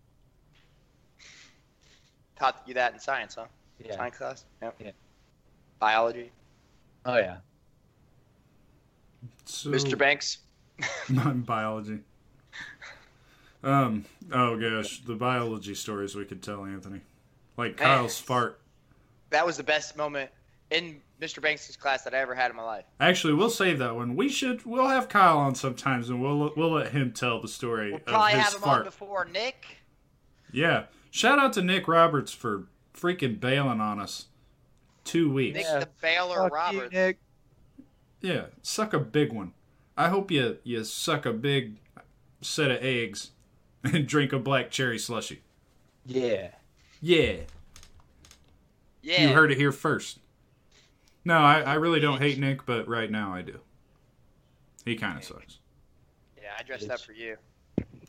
Taught you that in science, huh? Yeah. Science class. Yep. Yeah. Biology. Oh yeah. So Mr. Banks. not in biology. Um. Oh gosh, the biology stories we could tell Anthony, like Man. Kyle's fart. That was the best moment in Mr. Banks' class that I ever had in my life. Actually, we'll save that one. We should. We'll have Kyle on sometimes, and we'll we'll let him tell the story We'll of probably his have him fart. on before Nick. Yeah. Shout out to Nick Roberts for freaking bailing on us. Two weeks. Nick the Baylor Fuck you, Roberts. Nick. Yeah, suck a big one. I hope you you suck a big set of eggs and drink a black cherry slushy. Yeah. Yeah, yeah. you heard it here first. No, I, I really don't hate Nick, but right now I do. He kind of sucks. Yeah, I dressed up for you.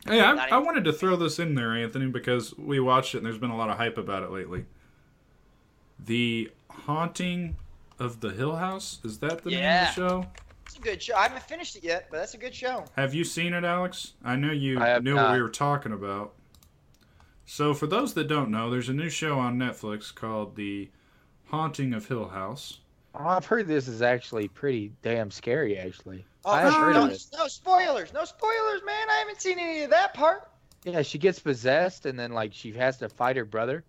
Hey, Oh, I, I wanted to throw this in there, Anthony, because we watched it and there's been a lot of hype about it lately. The Haunting of the Hill House? Is that the Yeah. name of the show? It's a good show. I haven't finished it yet, but that's a good show. Have you seen it, Alex? I know you I have knew what not. we were talking about. So, for those that don't know, there's a new show on Netflix called The Haunting of Hill House. Oh, I've heard this is actually pretty damn scary, actually. Oh, I have no, heard no, of it. no spoilers. No spoilers, man. I haven't seen any of that part. Yeah, she gets possessed and then like she has to fight her brother.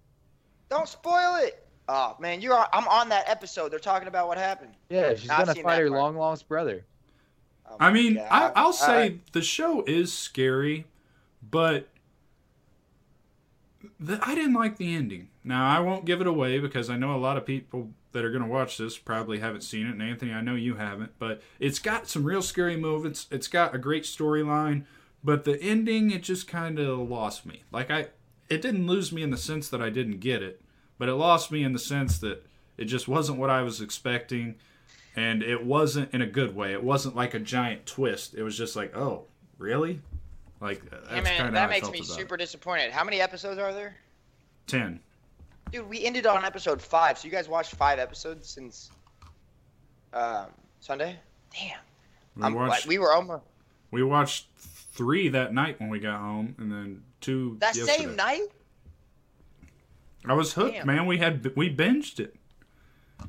Don't spoil it. Oh man, you're on, I'm on that episode. They're talking about what happened. Yeah, she's No, I've gonna seen fight that her part. long lost brother. Oh, I my mean, God. I, I'll say Alright. the show is scary, but the, I didn't like the ending. Now, I won't give it away because I know a lot of people that are going to watch this probably haven't seen it. And Anthony, I know you haven't, but it's got some real scary movements. It's got a great storyline, but the ending, it just kind of lost me. Like, I, it didn't lose me in the sense that I didn't get it, but it lost me in the sense that it just wasn't what I was expecting and it wasn't in a good way. It wasn't like a giant twist. It was just like, oh, really? Like uh, Hey, that's man, kind of that I makes felt me about super it. disappointed. How many episodes are there? ten. Dude, we ended on episode five, so you guys watched five episodes since um, Sunday. Damn, We I'm, like, watched we were almost we watched three that night when we got home, and then two that yesterday. same night. I was hooked, Damn. man. We had we binged it.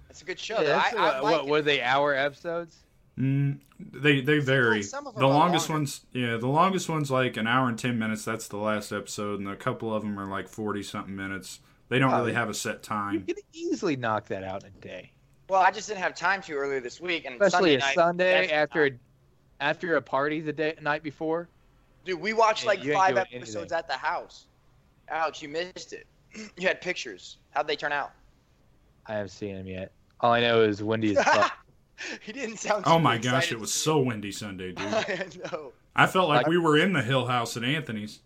That's a good show. yeah, though. I, that's, I uh, like what it. were they hour episodes? Mm, they they vary. some of 'em the are longest longer. ones, yeah, the longest one's like an hour and ten minutes. That's the last episode, and a couple of them are like forty something minutes. They don't Oh, really yeah. have a set You time. could easily knock that out in a day, Well, I just didn't have time to earlier this week, and especially Sunday a night, Sunday definitely after not. a, after a party the day night before. Dude, we watched Yeah, like you ain't five doing episodes anything. at the house. Ouch, you missed it. you had pictures. How'd they turn out? I haven't seen him yet. All I know is Wendy is he didn't sound. Oh super my gosh, excited. it was so windy Sunday, dude. I know. I felt like Like- we were in the Hill House at Anthony's.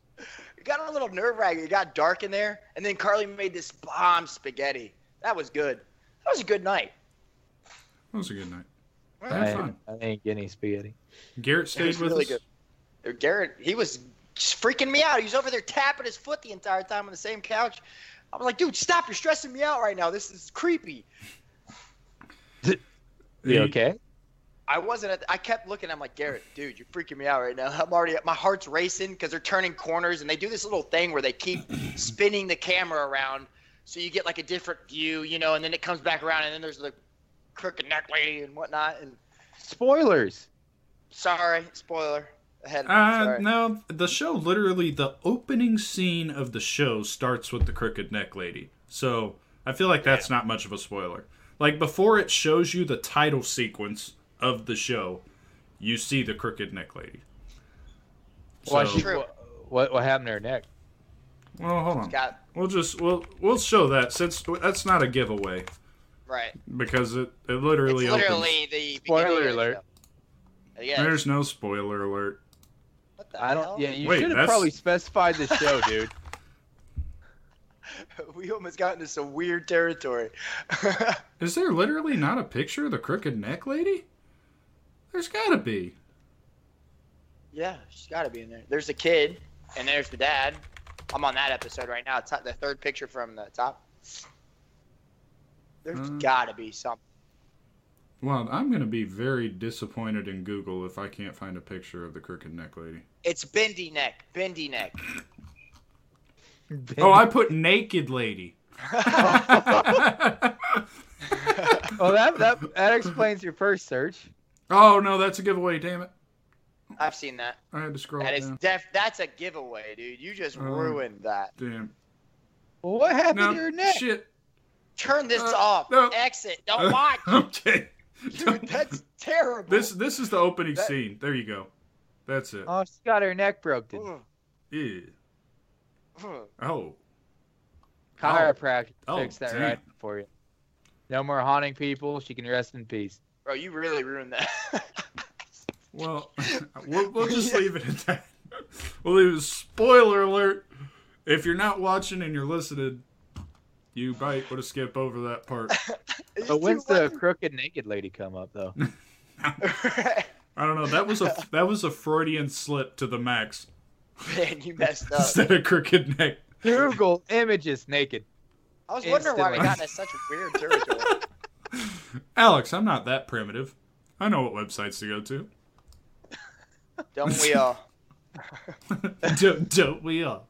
It got a little nerve wracking. It got dark in there, and then Carly made this bomb spaghetti. That was good. That was a good night. That was a good night. I I, had fun. I ain't getting any spaghetti. Garrett It stayed was with really us. good. Uh, Garrett, he was freaking me out. He was over there tapping his foot the entire time on the same couch. I was like, dude, stop! You're stressing me out right now. This is creepy. He- You okay? I wasn't. At the, I kept looking. I'm like, Garrett, dude, you're freaking me out right now. I'm already. My heart's racing because they're turning corners and they do this little thing where they keep spinning the camera around, so you get like a different view, you know. And then it comes back around, and then there's the crooked neck lady and whatnot. And Spoilers. sorry, spoiler ahead. Uh, sorry. no, the show literally the opening scene of the show starts with the crooked neck lady. So I feel like that's not much of a spoiler. Like before it shows you the title sequence of the show, you see the crooked neck lady. Why So- she, True. what, what what happened to her neck? well, hold on. Got We'll just we'll we'll show that since that's not a giveaway right. because it it literally, it's opens. literally the Spoiler beginning of the alert. show. Yeah. There's no spoiler alert. what the I don't. hell? Yeah, you Wait, should that's- have probably specified the show, dude. we almost got into some weird territory. Is there literally not a picture of the crooked neck lady? There's gotta be. yeah, she's got to be in there. There's the kid, and there's the dad. I'm on that episode right now. It's not the third picture from the top. There's Mm. got to be something. Well, I'm gonna be very disappointed in Google if I can't find a picture of the crooked neck lady. It's bendy neck, bendy neck. Oh, I put naked lady. Well, that that that explains your first search. oh no, that's a giveaway. Damn it. I've seen that. I had to scroll That is down. def. That's a giveaway, dude. You just Um, ruined that. Damn. Well, what happened No, to your neck? shit. Turn this uh, off. no. Exit. Don't watch. okay. Dude, that's terrible. This this is the opening That- scene. There you go. That's it. Oh, she got her neck Oh. broken. Ugh, Ew. ugh. Oh. Chiropractor Oh, fixed that damn. right for you. No more haunting people. She can rest in peace. Bro, you really ruined that. Well, we'll, we'll just leave it at that. We'll leave it. Spoiler alert. If you're not watching and you're listening, you might want to skip over that part. It's But Oh, when's too the late. crooked naked lady come up though? I don't know. That was a that was a Freudian slip to the max. man? You messed up. Instead of crooked neck. Google images naked. I was wondering why we Instantly. got into such weird territory. Alex, I'm not that primitive. I know what websites to go to. Don't we all? don't, don't we all?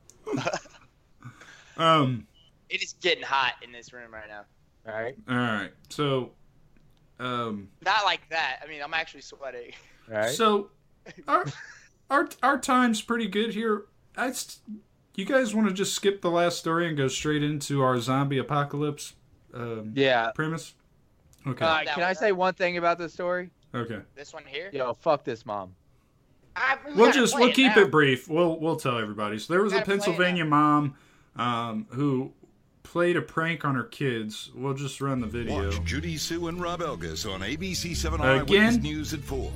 um. It is getting hot in this room right now. All right. All right. So. Um. Not like that. I mean, I'm actually sweating. All right. So, our our our time's pretty good here. I, s- you guys want to just skip the last story and go straight into our zombie apocalypse um, yeah. premise? Okay. Uh, can I say one thing about this story? okay. This one here. Yo, fuck this mom. I- We'll gotta just play we'll keep now. it brief. We'll we'll tell everybody. So there was a Gotta play it now. Pennsylvania mom um, who played a prank on her kids. We'll just run the video. Watch Judy Sue and Rob Elgas on ABC 7 Again? Eyewitness News at 4.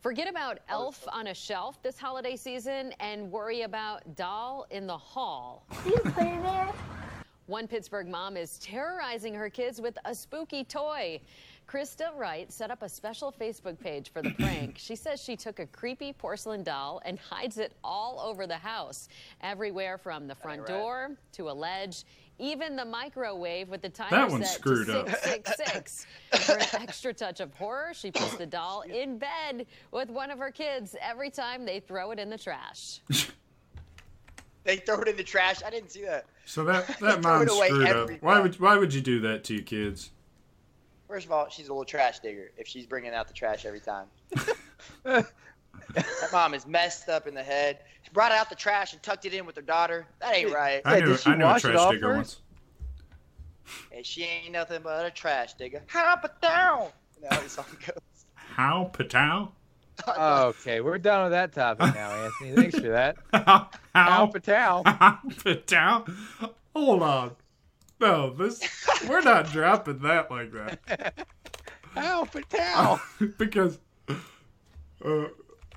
Forget about Elf on a Shelf this holiday season and worry about Doll in the Hall. One Pittsburgh mom is terrorizing her kids with a spooky toy. Krista Wright set up a special Facebook page for the prank. She says she took a creepy porcelain doll and hides it all over the house, everywhere from the front door to a ledge, even the microwave with the timer That one's set screwed to up. 666. For an extra touch of horror, she puts the doll in bed with one of her kids every time they throw it in the trash. They throw it in the trash. I didn't see that. So that Throw that it mom away screwed up. every Why time. would why would you do that to your kids? First of all, she's a little trash digger if she's bringing out the trash every time. that mom is messed up in the head. She brought out the trash and tucked it in with her daughter. That ain't right. I Yeah, knew did she I knew a wash it trash off digger first? once. And she ain't nothing but a trash digger. Hop it down. You know how the song goes. How patow? Okay, we're done with that topic now, Anthony. Thanks for that. How Al how Patel. Put down. Hold on. No, this we're not dropping that like that Al Patel. because uh,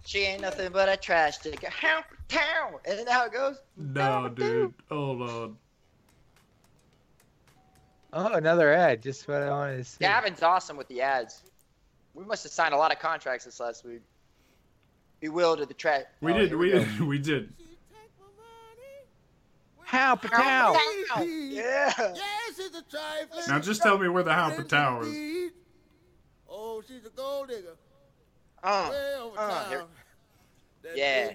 She ain't nothing but a trash digger. Hop it down. Isn't that how it goes? no, dude. Hold on. Oh, another ad. Just what I wanted to see. Gavin's awesome with the ads. We must have signed a lot of contracts this last week. Be will to the trash. We Oh, did. here We go. did. We did. How Patel. Yeah. Yes, it's a trifling. Now just tell me where the how patow is. Oh, she's a gold digger. Uh, over uh, here- yeah.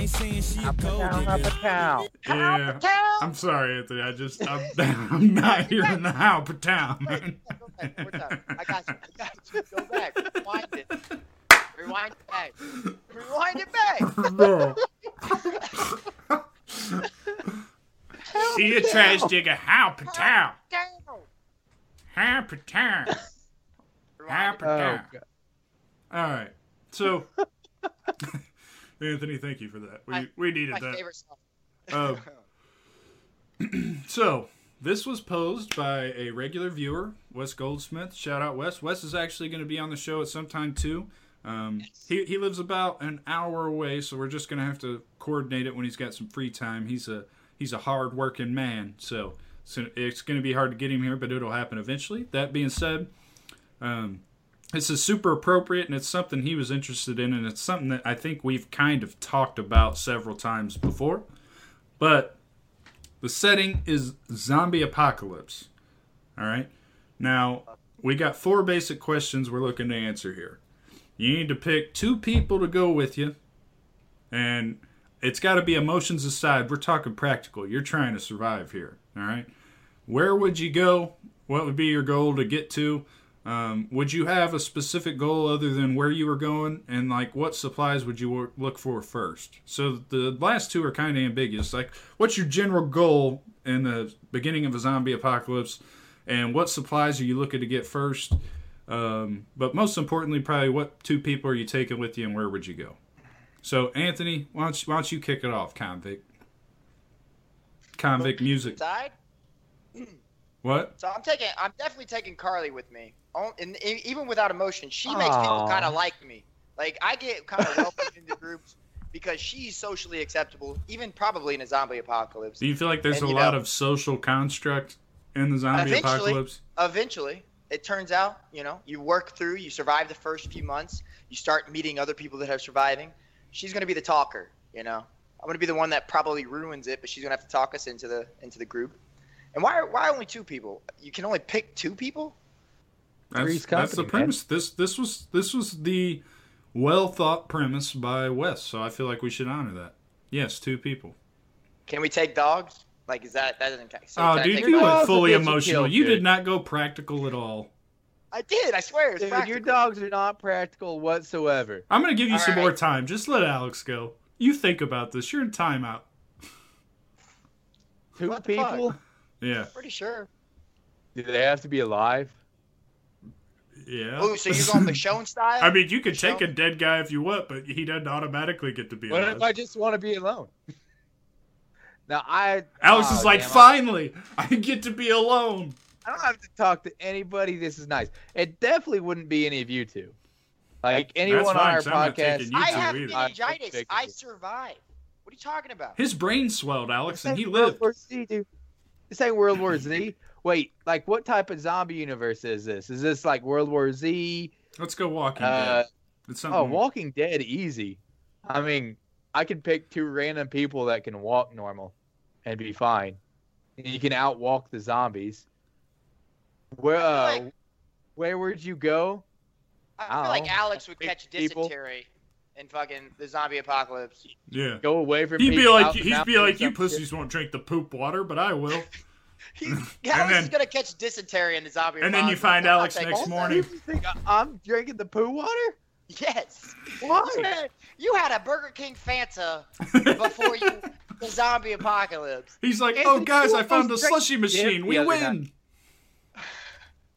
How Patel. Yeah. I'm sorry, Anthony. I just I'm, I'm not hearing the how patow, man. Go back one more time. I got you. I got you. Go back. Rewind it. Rewind it back. Rewind it back. No. See a trash digger. How patow. Down. How patow. How Rewind it. Oh, patow. God. All right. So, Anthony, thank you for that. We, My- we needed My that. favorite song. Um, so, this was posed by a regular viewer, Wes Goldsmith. Shout out, Wes. Wes is actually going to be on the show at some time, too. Um, he, he lives about an hour away, so we're just going to have to coordinate it when he's got some free time. He's a he's a hard working man, so, so it's going to be hard to get him here, but it'll happen eventually. That being said, um, this is super appropriate and it's something he was interested in and it's something that i think we've kind of talked about several times before but the setting is zombie apocalypse all right now we got four basic questions we're looking to answer here you need to pick two people to go with you and it's got to be emotions aside we're talking practical you're trying to survive here all right where would you go what would be your goal to get to Um, would you have a specific goal other than where you were going, and like what supplies would you wor- look for first? So the last two are kind of ambiguous. Like, what's your general goal in the beginning of a zombie apocalypse, and what supplies are you looking to get first? Um, but most importantly, probably what two people are you taking with you, and where would you go? So Anthony, why don't you, why don't you kick it off, convict? Convict music. Side? What? So I'm taking. I'm definitely taking Carly with me. On- And e- even without emotion, she makes people Aw. kind of like me. Like I get kind of welcomed into groups because she's socially acceptable, even probably in a zombie apocalypse. Do you feel like there's And, a you lot know, of social construct in the zombie eventually, apocalypse? Eventually, it turns out you know you work through, you survive the first few months, you start meeting other people that are surviving. She's gonna be the talker, you know. I'm gonna be the one that probably ruins it, but she's gonna have to talk us into the into the group. And why why only two people? You can only pick two people. That's, Three's that's the Company, man. premise. This this was this was the well thought premise by Wes. So I feel like we should honor that. Yes, two people. Can we take dogs? Like, is that that doesn't count? So can oh, I dude, take you dogs? went fully get you emotional. killed, You did dude. not go practical at all. I did. I swear. It's Dude, your dogs are not practical whatsoever. I'm gonna give you some more time. Just let Alex go. You think about this. You're in timeout. Two people? Yeah. Pretty sure. Do they have to be alive? Yeah. Ooh, so you're going Michonne style? I mean, you could take a dead guy if you want, but he doesn't automatically get to be What alive. if I just want to be alone? now I Alex oh, is like, damn, I- finally, I get to be alone. I don't have to talk to anybody. This is nice. It definitely wouldn't be any of you two. Like anyone fine, on our 'cause I'm not taking podcast. you I two have either. meningitis. I survived. What are you talking about? His brain swelled, Alex, This and he ain't World lived. War Z, dude. This ain't World War Z. Wait, like what type of zombie universe is this? Is this like World War Z? Let's go Walking Uh, Dead. It's Oh, something. Walking Dead, easy. I mean, I could pick two random people that can walk normal and be fine. And you can outwalk the zombies. Where, I uh, where would you go? I feel like Ow. Alex would catch people. dysentery in fucking the zombie apocalypse. yeah. Go away from He'd be people like, out in the he'd be like, mountains you up pussies won't drink the poop water, but I will. Alex then- is gonna catch dysentery in the zombie And apocalypse. then you find I'm not Alex taking next that. morning. think uh, I'm drinking the poo water? Yes. Why? You had, you had a Burger King Fanta before you the zombie apocalypse. He's like, Anthony, oh guys, you I found a almost slushy drank machine. dip We the other win.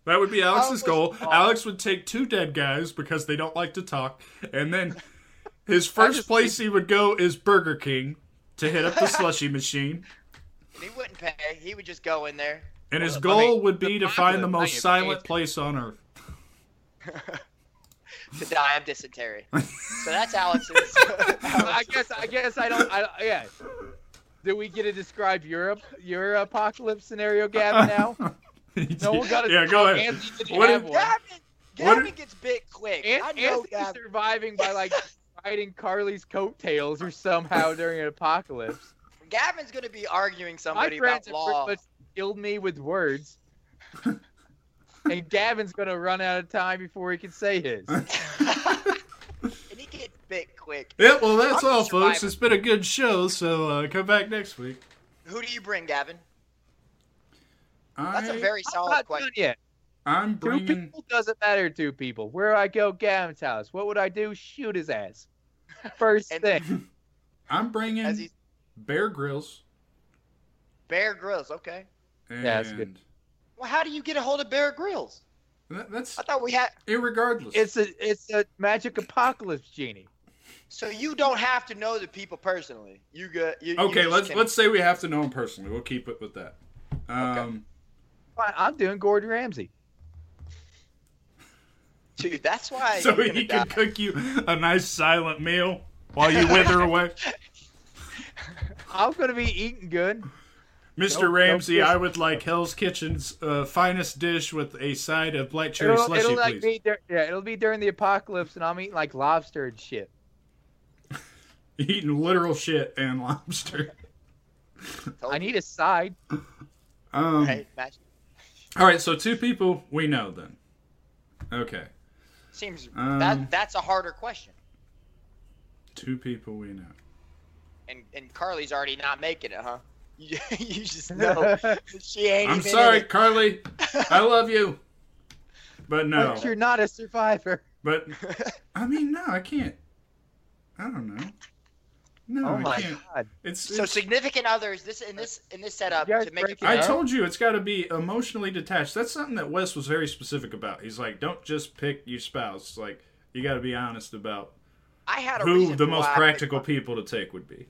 That would be Alex's goal. Alex would take two dead guys because they don't like to talk, and then his first place he would go is Burger King to hit up the slushy machine. And he wouldn't pay. He would just go in there. And his Well, I goal mean, would be to find popular the most thing is silent place on earth. to die of dysentery. so that's Alex's. I guess I guess I don't. I yeah. Do we get to describe Europe your apocalypse scenario, Gavin? Now, no one got Yeah, go ahead. Anthony didn't What have if- one. What Gavin gets bit quick. An- I know Anthony's Gavin. surviving by like riding Carly's coattails or somehow during an apocalypse. Gavin's gonna be arguing My somebody friends about have law. pretty much killed me with words, and Gavin's gonna run out of time before he can say his. And he gets bit quick. Yeah, well, that's I'm all, just folks. surviving. It's been a good show, so uh, come back next week. Who do you bring, Gavin? I, That's a very solid not question. done yet. I'm Two bringing. people doesn't matter. Two people. Where I go, Gavin's house. What would I do? Shoot his ass. First thing. I'm bringing Bear Grylls. Bear Grylls. Okay. And that's Well, how do you get a hold of Bear Grylls? That, that's I thought we had. irregardless. It's a it's a magic apocalypse genie. So you don't have to know the people personally. You good? You, you okay, just let's can- let's say we have to know him personally. We'll keep it with that. Um, Fine, I'm doing Gordon Ramsay. Dude, that's why. So you're gonna he can die. cook you a nice silent meal while you wither away. I'm gonna be eating good. Mr. Nope, Ramsey, nope. I would like Hell's Kitchen's uh, finest dish with a side of black cherry it'll, slushy, it'll, like, please. be dur- yeah, it'll be during the apocalypse, and I'm eating like lobster and shit. Eating literal shit and lobster. I need a side. Um, Right, Matt? All right, so two people we know then. Okay, Seems Um, that that's a harder question. two people we know. And and Carly's already not making it, huh? You, you just know she ain't. I'm even in sorry, it. Carly. I love you, But no. But you're not a survivor. But I mean, no, I can't. I don't know. No, Oh my I can't. God. It's, So it's- significant others. This in this in this setup You guys to make it. break I told you it's got to be emotionally detached. That's something that Wes was very specific about. He's like, don't just pick your spouse. Like, you got to be honest about I had a who reason the most why I practical people to take would be.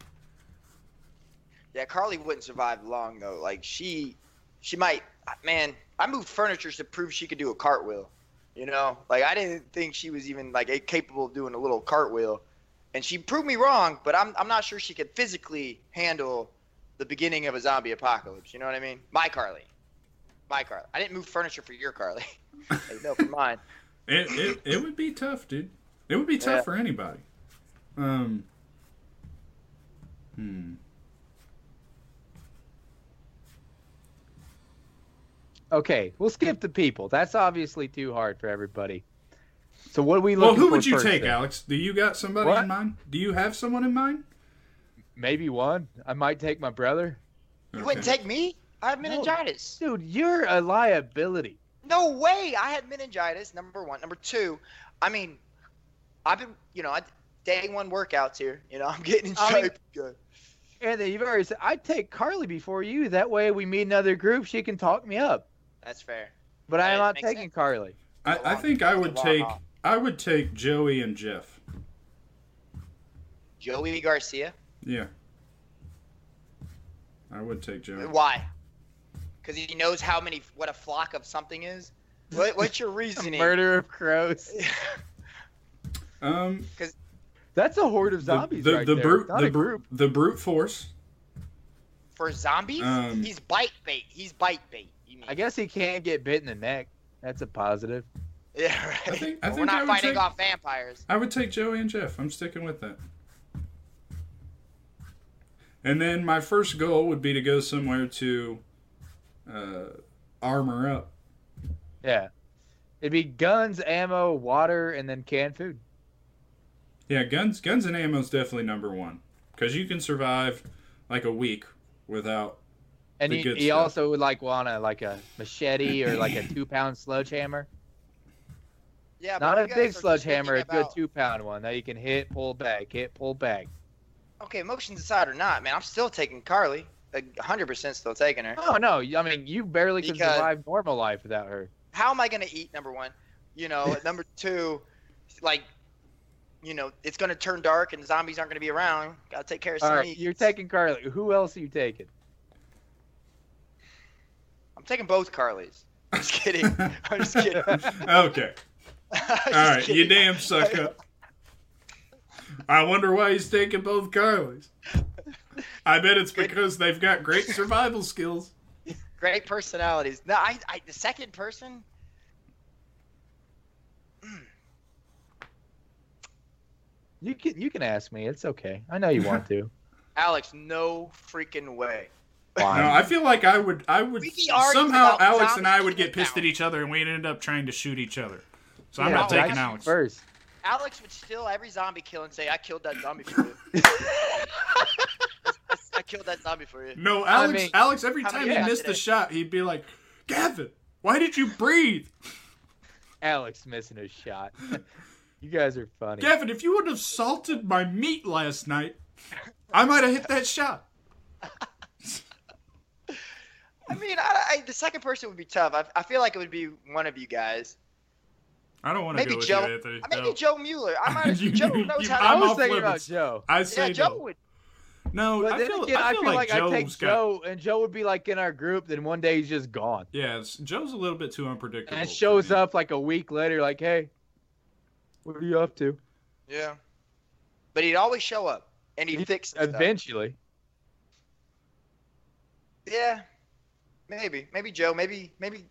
Yeah, Carly wouldn't survive long though. Like she, she might. Man, I moved furniture to prove she could do a cartwheel. You know, like I didn't think she was even like capable of doing a little cartwheel, and she proved me wrong. But I'm I'm not sure she could physically handle the beginning of a zombie apocalypse. You know what I mean? My Carly, my Carly. I didn't move furniture for your Carly. like, no, for mine. It, it it would be tough, dude. It would be tough Yeah. for anybody. Um. Hmm. Okay, we'll skip the people. That's obviously too hard for everybody. So what are we Well, looking who for would you first, take, then? Alex? Do you got somebody What? in mind? Do you have someone in mind? Maybe one. I might take my brother. You wouldn't take me. I have meningitis. Dude, you're a liability. No way. I had meningitis. Number one. Number two. I mean, I've been, you know, I, day one workouts here. You know, I'm getting in I mean- shape. Good. Anthony, you've already said I'd take Carly before you. That way, we meet another group. She can talk me up. That's fair. But I That am not makes taking Carly. I, I think I would long take haul. I would take Joey and Jeff. Joey Garcia. Yeah. I would take Joey. Why? Because he knows how many what a flock of something is. What, what's your reasoning? Murder of crows. Um, That's a horde of the- zombies the right the there. brute Not the a brute group. the brute force. For zombies, Um, he's bite bait. He's bite bait. You mean? I guess he can't get bit in the neck. That's a positive. Yeah, right. I think I But think We're I not would fighting take, off vampires. I would take Joey and Jeff. I'm sticking with that. And then my first goal would be to go somewhere to uh, armor up. Yeah. It'd be guns, ammo, water, and then canned food. Yeah, guns, guns and ammo is definitely number one because you can survive like a week without. And The he, good he stuff. also would like want a like a machete or like a two pound sledgehammer. Yeah, but Not you a guys are big just sledgehammer, thinking a good about- two pound one that you can hit, pull back, hit, pull back. Okay, emotions aside or not, man, I'm still taking Carly. Like, 100% still taking her. Oh no, I mean you barely can Because- survive normal life without her. How am I going to eat, number one? You know, number two, like, you know, it's going to turn dark and zombies aren't going to be around. Got to take care of All some right, meat. you're taking Carly. Who else are you taking? I'm taking both Carlys. I'm just kidding. I'm just kidding. I'm Okay, just all right, you kidding. damn suck up. I wonder why he's taking both Carlys. I bet it's because they've got great survival skills. Great personalities. No, I, I the second person. You can you can ask me. It's okay. I know you want to. Alex, no freaking way. No, Fine. I feel like I would, I would We argued somehow about Alex and I zombies would get in the pissed at each other, and we'd end up trying to shoot each other. So I'm Yeah, not but I taking shoot Alex. first. Alex would steal every zombie kill and say, "I killed that zombie for you." I killed that zombie for you. No, Alex. mean, Alex. Every how time many he times missed today? a shot, he'd be like, "Gavin, why did you breathe? Alex missing a shot. you guys are funny. Gavin, if you would have salted my meat last night, I might have hit that shot." I mean, I, I, the second person would be tough. I, I feel like it would be one of you guys. I don't want to Maybe go with Joe. you, Anthony. Maybe No. Joe Mueller. I might. You- Joe you- knows you- how I I'm to. was off thinking limits. about Joe. I yeah, say Joe no. would. No, But I then feel, again, I feel, like, I take Joe's got. Joe, and Joe would be like in our group. Then one day he's just gone, Yeah, it's- Joe's a little bit too unpredictable. and for shows me. up like a week later, like, "Hey, what are you up to?" Yeah. But he'd always show up, and he'd He- fix some stuff. Eventually, Yeah. Maybe. Maybe Joe. Maybe. Maybe.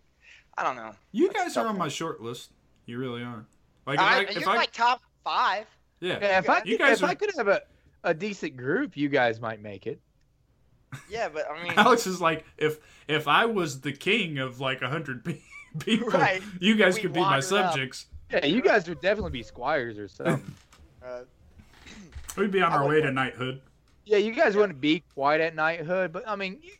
I don't know. You guys are tough. on my short list. You really are. Like, if I, I, you're if I, like top five. yeah, yeah, if I You could, guys if I are- could have a, a decent group, you guys might make it. Yeah, but I mean, Alex is like, if if I was the king of like a hundred pe- people, Right. you guys We could be my watered up. subjects. Yeah, you guys would definitely be squires or something. uh, We'd be on I our would way to want- knighthood. yeah, you guys wouldn't be quite at knighthood, but I mean, you,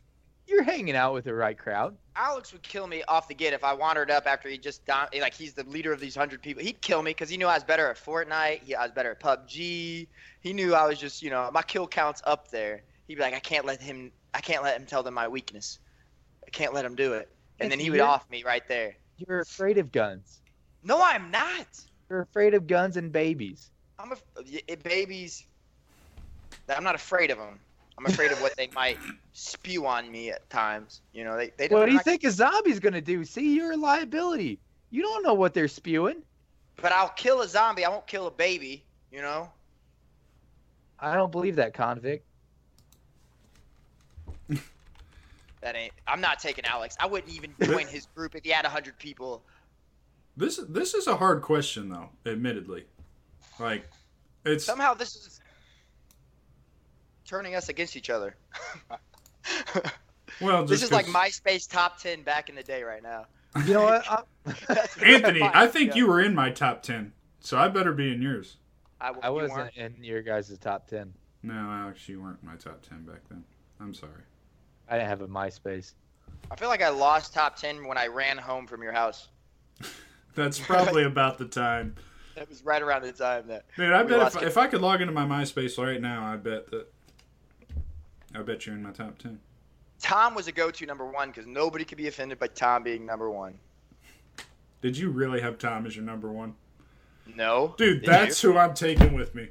you're hanging out with the right crowd. Alex would kill me off the get if I wandered up after he just dom- like he's the leader of these hundred people. He'd kill me because he knew I was better at Fortnite. He, I was better at PUBG. He knew I was just you know my kill counts up there. He'd be like, I can't let him. I can't let him tell them my weakness. I can't let him do it. And then he would You're- off me right there. You're afraid of guns. No, I'm not. You're afraid of guns and babies. I'm a it, babies. I'm not afraid of them. I'm afraid of what they might spew on me at times. You know, they they don't. What do you they're not- think a zombie's gonna do? See, you're a liability. You don't know what they're spewing. But I'll kill a zombie. I won't kill a baby. You know. I don't believe that convict. That ain't. I'm not taking Alex. I wouldn't even join his group if he had hundred people. This this is a hard question though, admittedly. Like it's Somehow this is turning us against each other. well just this is like 'cause- MySpace top ten back in the day right now. You know what? I'm- Anthony, I think you were in my top 10, so I better be in yours. I, I you wasn't weren't. in your guys' top ten. No, Alex, you weren't in my top 10 back then. I'm sorry. I didn't have a MySpace. I feel like I lost top ten when I ran home from your house. That's probably about the time. That was right around the time that. Dude, I we bet lost if, if I could log into my MySpace right now, I bet that I bet you're in my top 10. Tom was a go-to number one because nobody could be offended by Tom being number one. Did you really have Tom as your number 1? No, Dude, Did that's you? who I'm taking with me.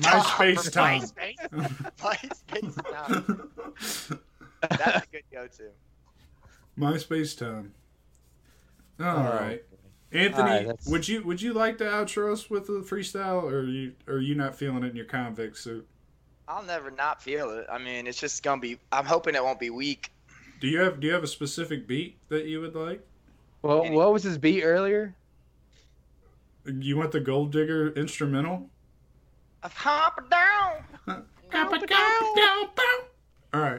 MySpace from Tom. MySpace Tom. That's a good go-to. MySpace Tom. All Oh, right. Anthony, All right, that's- would you would you like to outro us with a freestyle, or are you or are you not feeling it in your convict suit? I'll never not feel it. I mean, it's just gonna be. I'm hoping it won't be weak. Do you have do you have a specific beat that you would like? Well, what was his beat earlier? You want the Gold Digger instrumental? Of hop down. All right.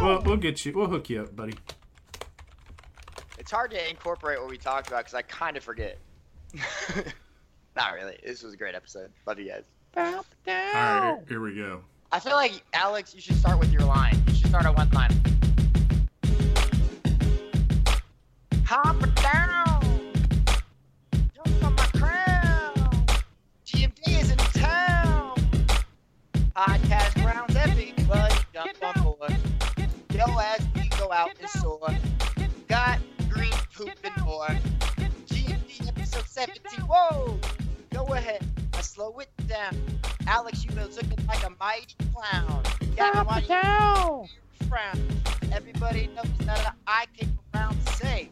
We'll, we'll get you. We'll hook you up, buddy. It's hard to incorporate what we talked about because I kind of forget. not really. This was a great episode. Love you guys. All right. Here we go. I feel like Alex, you should start with your line. You should start on one line. Hop down. Jump on my crown. GMD is in town. Podcast rounds everybody. Jump on board. Yo, as we go out and soar. Got green poop and more. GMD episode 17. Whoa. Go ahead. I slow it down. Alex, you been looking like a mighty clown. Got why you frown. Everybody knows that I came around to say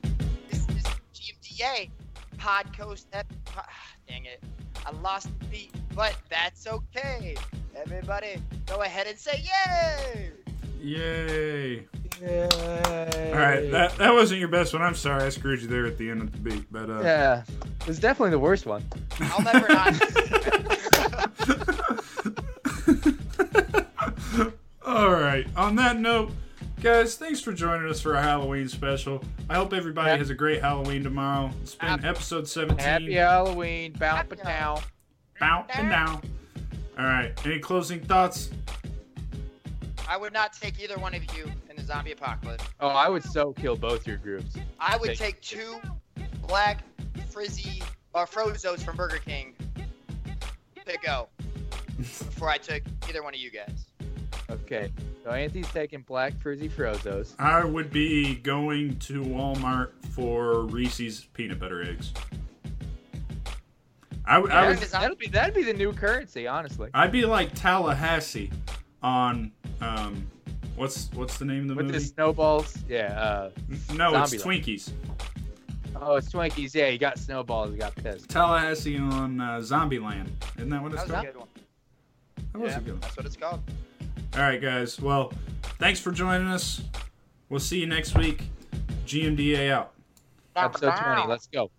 this is GMDA podcast. Ep- po- dang it, I lost the beat, but that's okay. Everybody, go ahead and say yay! Yay! All right. That that wasn't your best one. I'm sorry. I screwed you there at the end of the beat, but uh, Yeah, it's definitely the worst one. I'll never not. All right. On that note, guys, thanks for joining us for our Halloween special. I hope everybody has a great Halloween tomorrow. It's been episode 17. Happy Halloween, Balpa now. Bow and now. All right. Any closing thoughts? I would not take either one of you in the zombie apocalypse. Oh, I would so kill both your groups. I would take two black frizzy or frozos from Burger King to go before I took either one of you guys. Okay, so Anthony's taking Black Frizzy Frozos. I would be going to Walmart for Reese's peanut butter eggs. I, would- I would, That'd, be- that'd be that'd be the new currency, honestly. I'd be like Tallahassee on um, what's what's the name of the With movie? the snowballs, yeah. Uh, no, it's Zombieland. Twinkies. oh, it's Twinkies. Yeah, he got snowballs. He got pissed. Tallahassee on uh, Zombieland. Isn't that what it's That was called? a good one. That was a good one. That's what it's called. All right, guys. Well, thanks for joining us. We'll see you next week. GMDA out. Episode twenty. Let's go.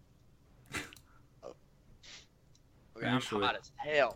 Okay, I'm Actually- hot as hell.